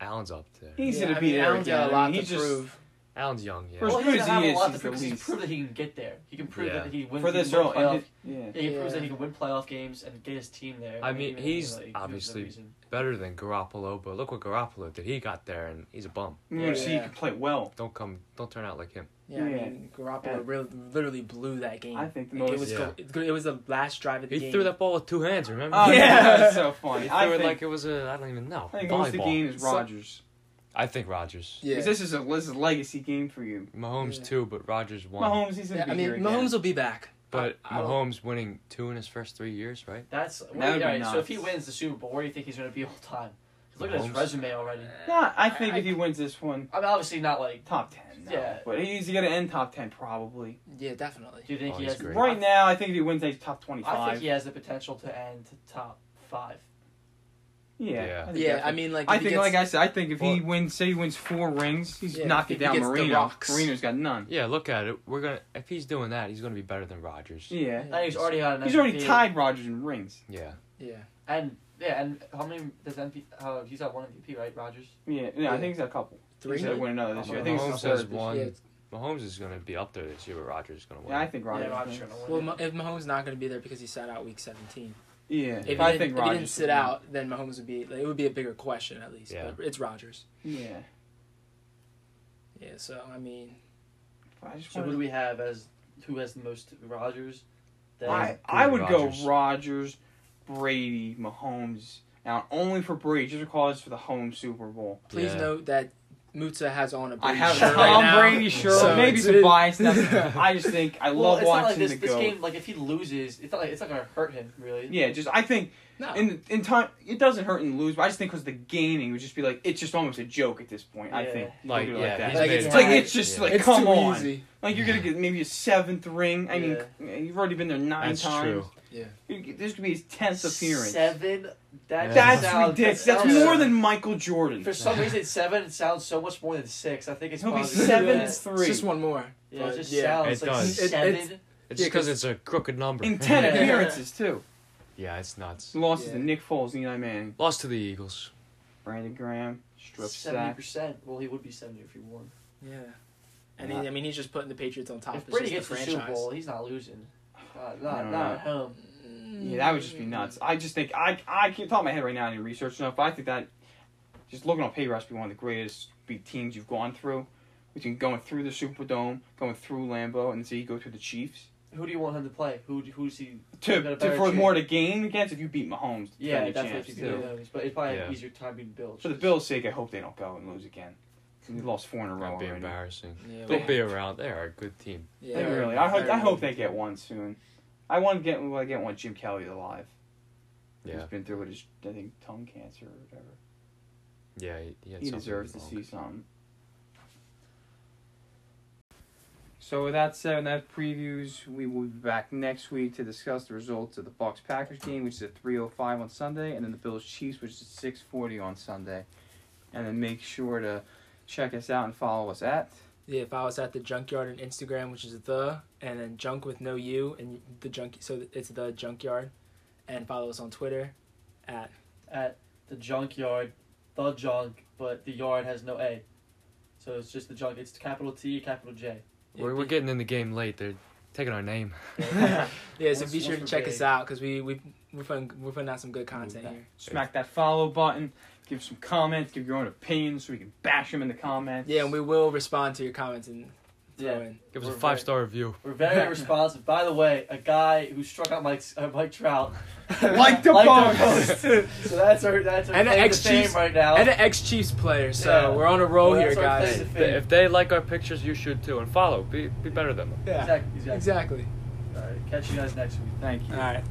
[SPEAKER 3] Allen's up there.
[SPEAKER 4] he's
[SPEAKER 2] yeah,
[SPEAKER 4] gonna
[SPEAKER 2] I
[SPEAKER 4] be
[SPEAKER 2] mean,
[SPEAKER 4] there
[SPEAKER 2] Allen's
[SPEAKER 4] again.
[SPEAKER 2] got
[SPEAKER 4] I
[SPEAKER 2] a lot to
[SPEAKER 4] mean, he just-
[SPEAKER 2] prove.
[SPEAKER 3] Allen's young, yeah.
[SPEAKER 4] First-
[SPEAKER 5] well,
[SPEAKER 4] as
[SPEAKER 5] he
[SPEAKER 4] good as
[SPEAKER 5] doesn't
[SPEAKER 4] he
[SPEAKER 5] have a
[SPEAKER 4] is,
[SPEAKER 5] lot to
[SPEAKER 4] he's
[SPEAKER 5] prove
[SPEAKER 4] the
[SPEAKER 5] 'cause he's
[SPEAKER 4] least.
[SPEAKER 5] proven that he can get there. He can prove
[SPEAKER 3] Yeah.
[SPEAKER 5] that he wins
[SPEAKER 4] for this
[SPEAKER 5] win
[SPEAKER 4] role.
[SPEAKER 5] playoff
[SPEAKER 4] And his- yeah.
[SPEAKER 5] Yeah, he proves
[SPEAKER 2] Yeah.
[SPEAKER 5] that he can win playoff games and get his team there.
[SPEAKER 3] I mean,
[SPEAKER 5] even,
[SPEAKER 3] he's
[SPEAKER 5] he
[SPEAKER 3] obviously-
[SPEAKER 5] gives the reason.
[SPEAKER 3] better than Garoppolo, but look what Garoppolo did. He got there and he's a bum.
[SPEAKER 4] We want to see you
[SPEAKER 2] Yeah.
[SPEAKER 4] can play well.
[SPEAKER 3] Don't come don't turn out like him.
[SPEAKER 2] Yeah,
[SPEAKER 4] Yeah.
[SPEAKER 2] I mean, Garoppolo
[SPEAKER 4] Yeah.
[SPEAKER 2] real- literally blew that game.
[SPEAKER 4] I think the
[SPEAKER 2] Like,
[SPEAKER 4] most.
[SPEAKER 2] it was
[SPEAKER 3] Yeah.
[SPEAKER 2] go- it was the last drive of the
[SPEAKER 3] He
[SPEAKER 2] game.
[SPEAKER 3] threw that ball with two hands, remember?
[SPEAKER 4] Oh, yeah,
[SPEAKER 2] Yeah.
[SPEAKER 4] that's so
[SPEAKER 3] He
[SPEAKER 4] funny.
[SPEAKER 3] threw
[SPEAKER 4] I
[SPEAKER 3] it
[SPEAKER 4] think,
[SPEAKER 3] like it was a I don't even know.
[SPEAKER 4] I think most of the
[SPEAKER 3] volleyball.
[SPEAKER 4] game is
[SPEAKER 2] So-
[SPEAKER 4] Rodgers.
[SPEAKER 3] I think Rogers.
[SPEAKER 2] Yeah.
[SPEAKER 4] 'Cause This is a this is a legacy game for you.
[SPEAKER 3] Mahomes
[SPEAKER 2] Yeah.
[SPEAKER 3] too, but Rogers won.
[SPEAKER 4] Mahomes, he's gonna
[SPEAKER 2] Yeah,
[SPEAKER 4] be
[SPEAKER 2] I mean,
[SPEAKER 4] here again.
[SPEAKER 2] Mahomes will be back.
[SPEAKER 3] But
[SPEAKER 2] I- I don't-
[SPEAKER 3] Mahomes winning two in his first three years, right?
[SPEAKER 5] That's
[SPEAKER 4] would be
[SPEAKER 5] all right, so if he
[SPEAKER 4] nuts.
[SPEAKER 5] wins the Super Bowl, where do you think he's going to be all time? 'Cause Look at his
[SPEAKER 3] Mahomes.
[SPEAKER 5] resume already.
[SPEAKER 4] Nah, I think
[SPEAKER 2] I-
[SPEAKER 4] if he wins this one,
[SPEAKER 5] I mean, obviously not like.
[SPEAKER 4] top ten. no.
[SPEAKER 5] Yeah.
[SPEAKER 4] but he's gonna end top ten probably.
[SPEAKER 2] Yeah, definitely.
[SPEAKER 5] Do you think
[SPEAKER 3] Oh,
[SPEAKER 5] he
[SPEAKER 3] he's
[SPEAKER 5] has?
[SPEAKER 3] great.
[SPEAKER 4] Right now, I think if he wins, he's top
[SPEAKER 5] I think
[SPEAKER 4] twenty-five.
[SPEAKER 5] he has the potential to end top five.
[SPEAKER 4] yeah,
[SPEAKER 3] Yeah.
[SPEAKER 4] think
[SPEAKER 2] Yeah,
[SPEAKER 4] that's
[SPEAKER 2] I
[SPEAKER 4] what-
[SPEAKER 2] mean, like,
[SPEAKER 4] I
[SPEAKER 2] if he
[SPEAKER 4] think,
[SPEAKER 2] gets-
[SPEAKER 4] like I said, I think if he
[SPEAKER 3] Well-
[SPEAKER 4] wins, say he wins four rings, he's
[SPEAKER 2] Yeah,
[SPEAKER 4] knocking
[SPEAKER 2] if he
[SPEAKER 4] down
[SPEAKER 2] gets the
[SPEAKER 4] Marino.
[SPEAKER 2] rocks.
[SPEAKER 4] Marino's got none.
[SPEAKER 3] Yeah, look at it. We're gonna if he's doing that, he's gonna be better than Rogers.
[SPEAKER 4] Yeah,
[SPEAKER 5] I think he's already got an
[SPEAKER 4] he's already
[SPEAKER 5] MVP.
[SPEAKER 4] tied Rodgers in rings.
[SPEAKER 3] Yeah.
[SPEAKER 2] yeah,
[SPEAKER 5] And yeah, and how many does MVP? Uh, he's got one MVP, right, Rogers?
[SPEAKER 4] Yeah, no, I
[SPEAKER 2] Yeah.
[SPEAKER 4] think he's got a couple.
[SPEAKER 2] three.
[SPEAKER 4] He's gonna win another this year. I think
[SPEAKER 3] Mahomes
[SPEAKER 4] it's the third
[SPEAKER 3] has
[SPEAKER 4] this year.
[SPEAKER 3] one.
[SPEAKER 2] Yeah,
[SPEAKER 3] Mahomes is gonna be up there this year, but Rogers is gonna win.
[SPEAKER 4] Yeah, I think Rodgers.
[SPEAKER 5] yeah, Rogers
[SPEAKER 4] wins.
[SPEAKER 5] gonna win.
[SPEAKER 2] well,
[SPEAKER 5] it.
[SPEAKER 2] Ma- if Mahomes not going to be there because he sat out week seventeen,
[SPEAKER 4] Yeah,
[SPEAKER 2] if,
[SPEAKER 4] I
[SPEAKER 2] he,
[SPEAKER 4] think
[SPEAKER 2] didn't, if he
[SPEAKER 4] Rodgers
[SPEAKER 2] didn't sit
[SPEAKER 4] would win.
[SPEAKER 2] out, then Mahomes would be. Like, it would be a bigger question at least.
[SPEAKER 3] Yeah.
[SPEAKER 2] But it's Rogers.
[SPEAKER 4] Yeah,
[SPEAKER 2] Yeah. So I mean,
[SPEAKER 4] I just
[SPEAKER 5] so who
[SPEAKER 4] wanna-
[SPEAKER 5] do we have as who has the most Rogers? Then
[SPEAKER 4] I,
[SPEAKER 3] Brady,
[SPEAKER 4] I would
[SPEAKER 3] Rodgers.
[SPEAKER 4] go Rodgers, Brady, Mahomes. Now only for Brady, just because for the home Super Bowl.
[SPEAKER 2] please
[SPEAKER 3] Yeah.
[SPEAKER 2] note that Mutsa has on a
[SPEAKER 4] I
[SPEAKER 2] Brady
[SPEAKER 4] have
[SPEAKER 2] shirt
[SPEAKER 4] a
[SPEAKER 2] right
[SPEAKER 4] Tom
[SPEAKER 2] now.
[SPEAKER 4] Brady shirt.
[SPEAKER 2] So
[SPEAKER 4] Maybe
[SPEAKER 2] it's-
[SPEAKER 4] some bias. nothing. I just think I
[SPEAKER 5] well,
[SPEAKER 4] love
[SPEAKER 5] it's
[SPEAKER 4] watching
[SPEAKER 5] not like this,
[SPEAKER 4] the
[SPEAKER 5] this
[SPEAKER 4] go.
[SPEAKER 5] game. Like if he loses, it's not like it's not gonna hurt him really.
[SPEAKER 4] Yeah, just I think
[SPEAKER 5] Oh.
[SPEAKER 2] No.
[SPEAKER 4] in in time it doesn't hurt and lose, but I just think because the gaming would just be like it's just almost a joke at this point. I
[SPEAKER 5] Yeah.
[SPEAKER 4] think you
[SPEAKER 3] Like,
[SPEAKER 4] do it
[SPEAKER 3] yeah,
[SPEAKER 4] that.
[SPEAKER 3] he's
[SPEAKER 4] Like,
[SPEAKER 2] made
[SPEAKER 4] it's
[SPEAKER 2] it
[SPEAKER 4] like
[SPEAKER 2] hard.
[SPEAKER 4] it's just
[SPEAKER 3] Yeah.
[SPEAKER 4] like
[SPEAKER 2] it's
[SPEAKER 4] come
[SPEAKER 2] too
[SPEAKER 4] on,
[SPEAKER 2] easy.
[SPEAKER 4] like you're gonna get maybe a seventh ring. I mean, you've already been there nine
[SPEAKER 3] That's
[SPEAKER 4] times.
[SPEAKER 3] true.
[SPEAKER 4] You- This could be his tenth appearance.
[SPEAKER 5] Seven. That
[SPEAKER 3] Yeah.
[SPEAKER 4] That's
[SPEAKER 5] sounds-
[SPEAKER 4] ridiculous.
[SPEAKER 5] that
[SPEAKER 4] That's
[SPEAKER 5] sounds-
[SPEAKER 4] more than Michael Jordan.
[SPEAKER 5] For some reason, seven sounds so much more than six. I think it's
[SPEAKER 4] He'll be
[SPEAKER 5] probably-
[SPEAKER 4] seven
[SPEAKER 5] Yeah,
[SPEAKER 4] and
[SPEAKER 2] It's
[SPEAKER 4] three.
[SPEAKER 2] just one more.
[SPEAKER 5] yeah, it just
[SPEAKER 2] Yeah.
[SPEAKER 5] sounds
[SPEAKER 3] It
[SPEAKER 5] like
[SPEAKER 3] does.
[SPEAKER 2] It-
[SPEAKER 5] seven.
[SPEAKER 2] it's-
[SPEAKER 3] It's because
[SPEAKER 2] 'cause-
[SPEAKER 3] it's a crooked number.
[SPEAKER 4] in ten
[SPEAKER 5] Yeah.
[SPEAKER 4] appearances too.
[SPEAKER 3] yeah, it's nuts.
[SPEAKER 4] Losses
[SPEAKER 2] Yeah.
[SPEAKER 4] to Nick Foles, Eli Manning,
[SPEAKER 3] Lost to the Eagles.
[SPEAKER 4] Brandon Graham, strip
[SPEAKER 5] Seventy
[SPEAKER 4] sack.
[SPEAKER 5] percent. Well, he would be seventy if he won.
[SPEAKER 2] Yeah. And he, I mean, he's just putting the Patriots on top.
[SPEAKER 5] if
[SPEAKER 2] It's
[SPEAKER 5] Brady
[SPEAKER 2] just
[SPEAKER 5] gets the
[SPEAKER 2] the
[SPEAKER 5] Super
[SPEAKER 2] franchise.
[SPEAKER 5] Bowl, he's not losing. Not,
[SPEAKER 4] I
[SPEAKER 5] not,
[SPEAKER 4] don't
[SPEAKER 5] not
[SPEAKER 4] know.
[SPEAKER 5] at home.
[SPEAKER 4] Yeah, that would just be nuts. I just think I I can't top of my head right now. I didn't research enough, but I think that just looking on paper, has to be one of the greatest big teams you've gone through. Between going through the Superdome, going through Lambeau, and so you go to the Chiefs.
[SPEAKER 5] Who do you want him to play? Who who's he? You've got
[SPEAKER 4] To,
[SPEAKER 5] a
[SPEAKER 4] to
[SPEAKER 5] better
[SPEAKER 4] for
[SPEAKER 5] chance.
[SPEAKER 4] more to gain against if you beat Mahomes. to
[SPEAKER 5] Yeah,
[SPEAKER 4] defend your
[SPEAKER 5] definitely. if
[SPEAKER 4] champs,
[SPEAKER 5] you
[SPEAKER 4] too.
[SPEAKER 5] can do those, But it's probably
[SPEAKER 3] Yeah.
[SPEAKER 5] an easier time being built.
[SPEAKER 4] For the Bills' sake, I hope they don't go and lose again. We lost four in a row
[SPEAKER 3] That'd be
[SPEAKER 4] already.
[SPEAKER 3] embarrassing.
[SPEAKER 2] Yeah,
[SPEAKER 3] They'll
[SPEAKER 2] well,
[SPEAKER 3] be around. They are a good team.
[SPEAKER 2] yeah,
[SPEAKER 4] They really. I hope I hope they get one soon. I want to get I get one Jim Kelly alive.
[SPEAKER 3] Yeah,
[SPEAKER 4] He's been through with his I think tongue cancer or whatever.
[SPEAKER 3] yeah. He, he, had
[SPEAKER 4] he
[SPEAKER 3] something
[SPEAKER 4] deserves to
[SPEAKER 3] wrong.
[SPEAKER 4] see something. So with that said, and that previews, we will be back next week to discuss the results of the Bucks Packers game, which is at three oh five on Sunday, and then the Bills Chiefs, which is at six forty on Sunday. And then make sure to check us out and follow us at
[SPEAKER 2] Yeah, if I was at the junkyard on Instagram, which is the and then junk with no you and the junk, so it's the junkyard, and follow us on Twitter at
[SPEAKER 5] At the junkyard, the junk, but the yard has no A. So it's just the junk. It's capital T, capital J.
[SPEAKER 3] We're, we're getting in the game late. They're taking our name.
[SPEAKER 2] yeah. So
[SPEAKER 5] Once-
[SPEAKER 2] be sure to
[SPEAKER 5] once we're
[SPEAKER 2] check
[SPEAKER 5] big.
[SPEAKER 2] us out because we we we're putting we're putting out some good content
[SPEAKER 4] Okay.
[SPEAKER 2] here.
[SPEAKER 4] smack that follow button, give some comments, give your own opinions so we can bash them in the comments.
[SPEAKER 2] Yeah, and we will respond to your comments and throw
[SPEAKER 5] Yeah.
[SPEAKER 2] in.
[SPEAKER 3] Give us
[SPEAKER 5] We're
[SPEAKER 3] a
[SPEAKER 5] very-
[SPEAKER 3] five star review.
[SPEAKER 5] We're very responsive. By the way, a guy who struck out Mike, uh, Mike Trout.
[SPEAKER 4] like the post.
[SPEAKER 5] post. so that's our that's our
[SPEAKER 2] And an
[SPEAKER 5] claim to
[SPEAKER 2] ex-Chiefs-
[SPEAKER 5] fame right now.
[SPEAKER 2] And an ex Chiefs player, so
[SPEAKER 5] Yeah.
[SPEAKER 2] we're on a roll
[SPEAKER 5] Well,
[SPEAKER 2] here,
[SPEAKER 5] that's our claim
[SPEAKER 2] guys.
[SPEAKER 5] to
[SPEAKER 3] If
[SPEAKER 5] fame.
[SPEAKER 3] they, if they like our pictures, you should too. And follow. Be, be better than them.
[SPEAKER 2] Yeah,
[SPEAKER 5] Exactly. Exactly.
[SPEAKER 2] exactly.
[SPEAKER 5] All right. Catch you guys next week.
[SPEAKER 4] Thank you.
[SPEAKER 2] All right.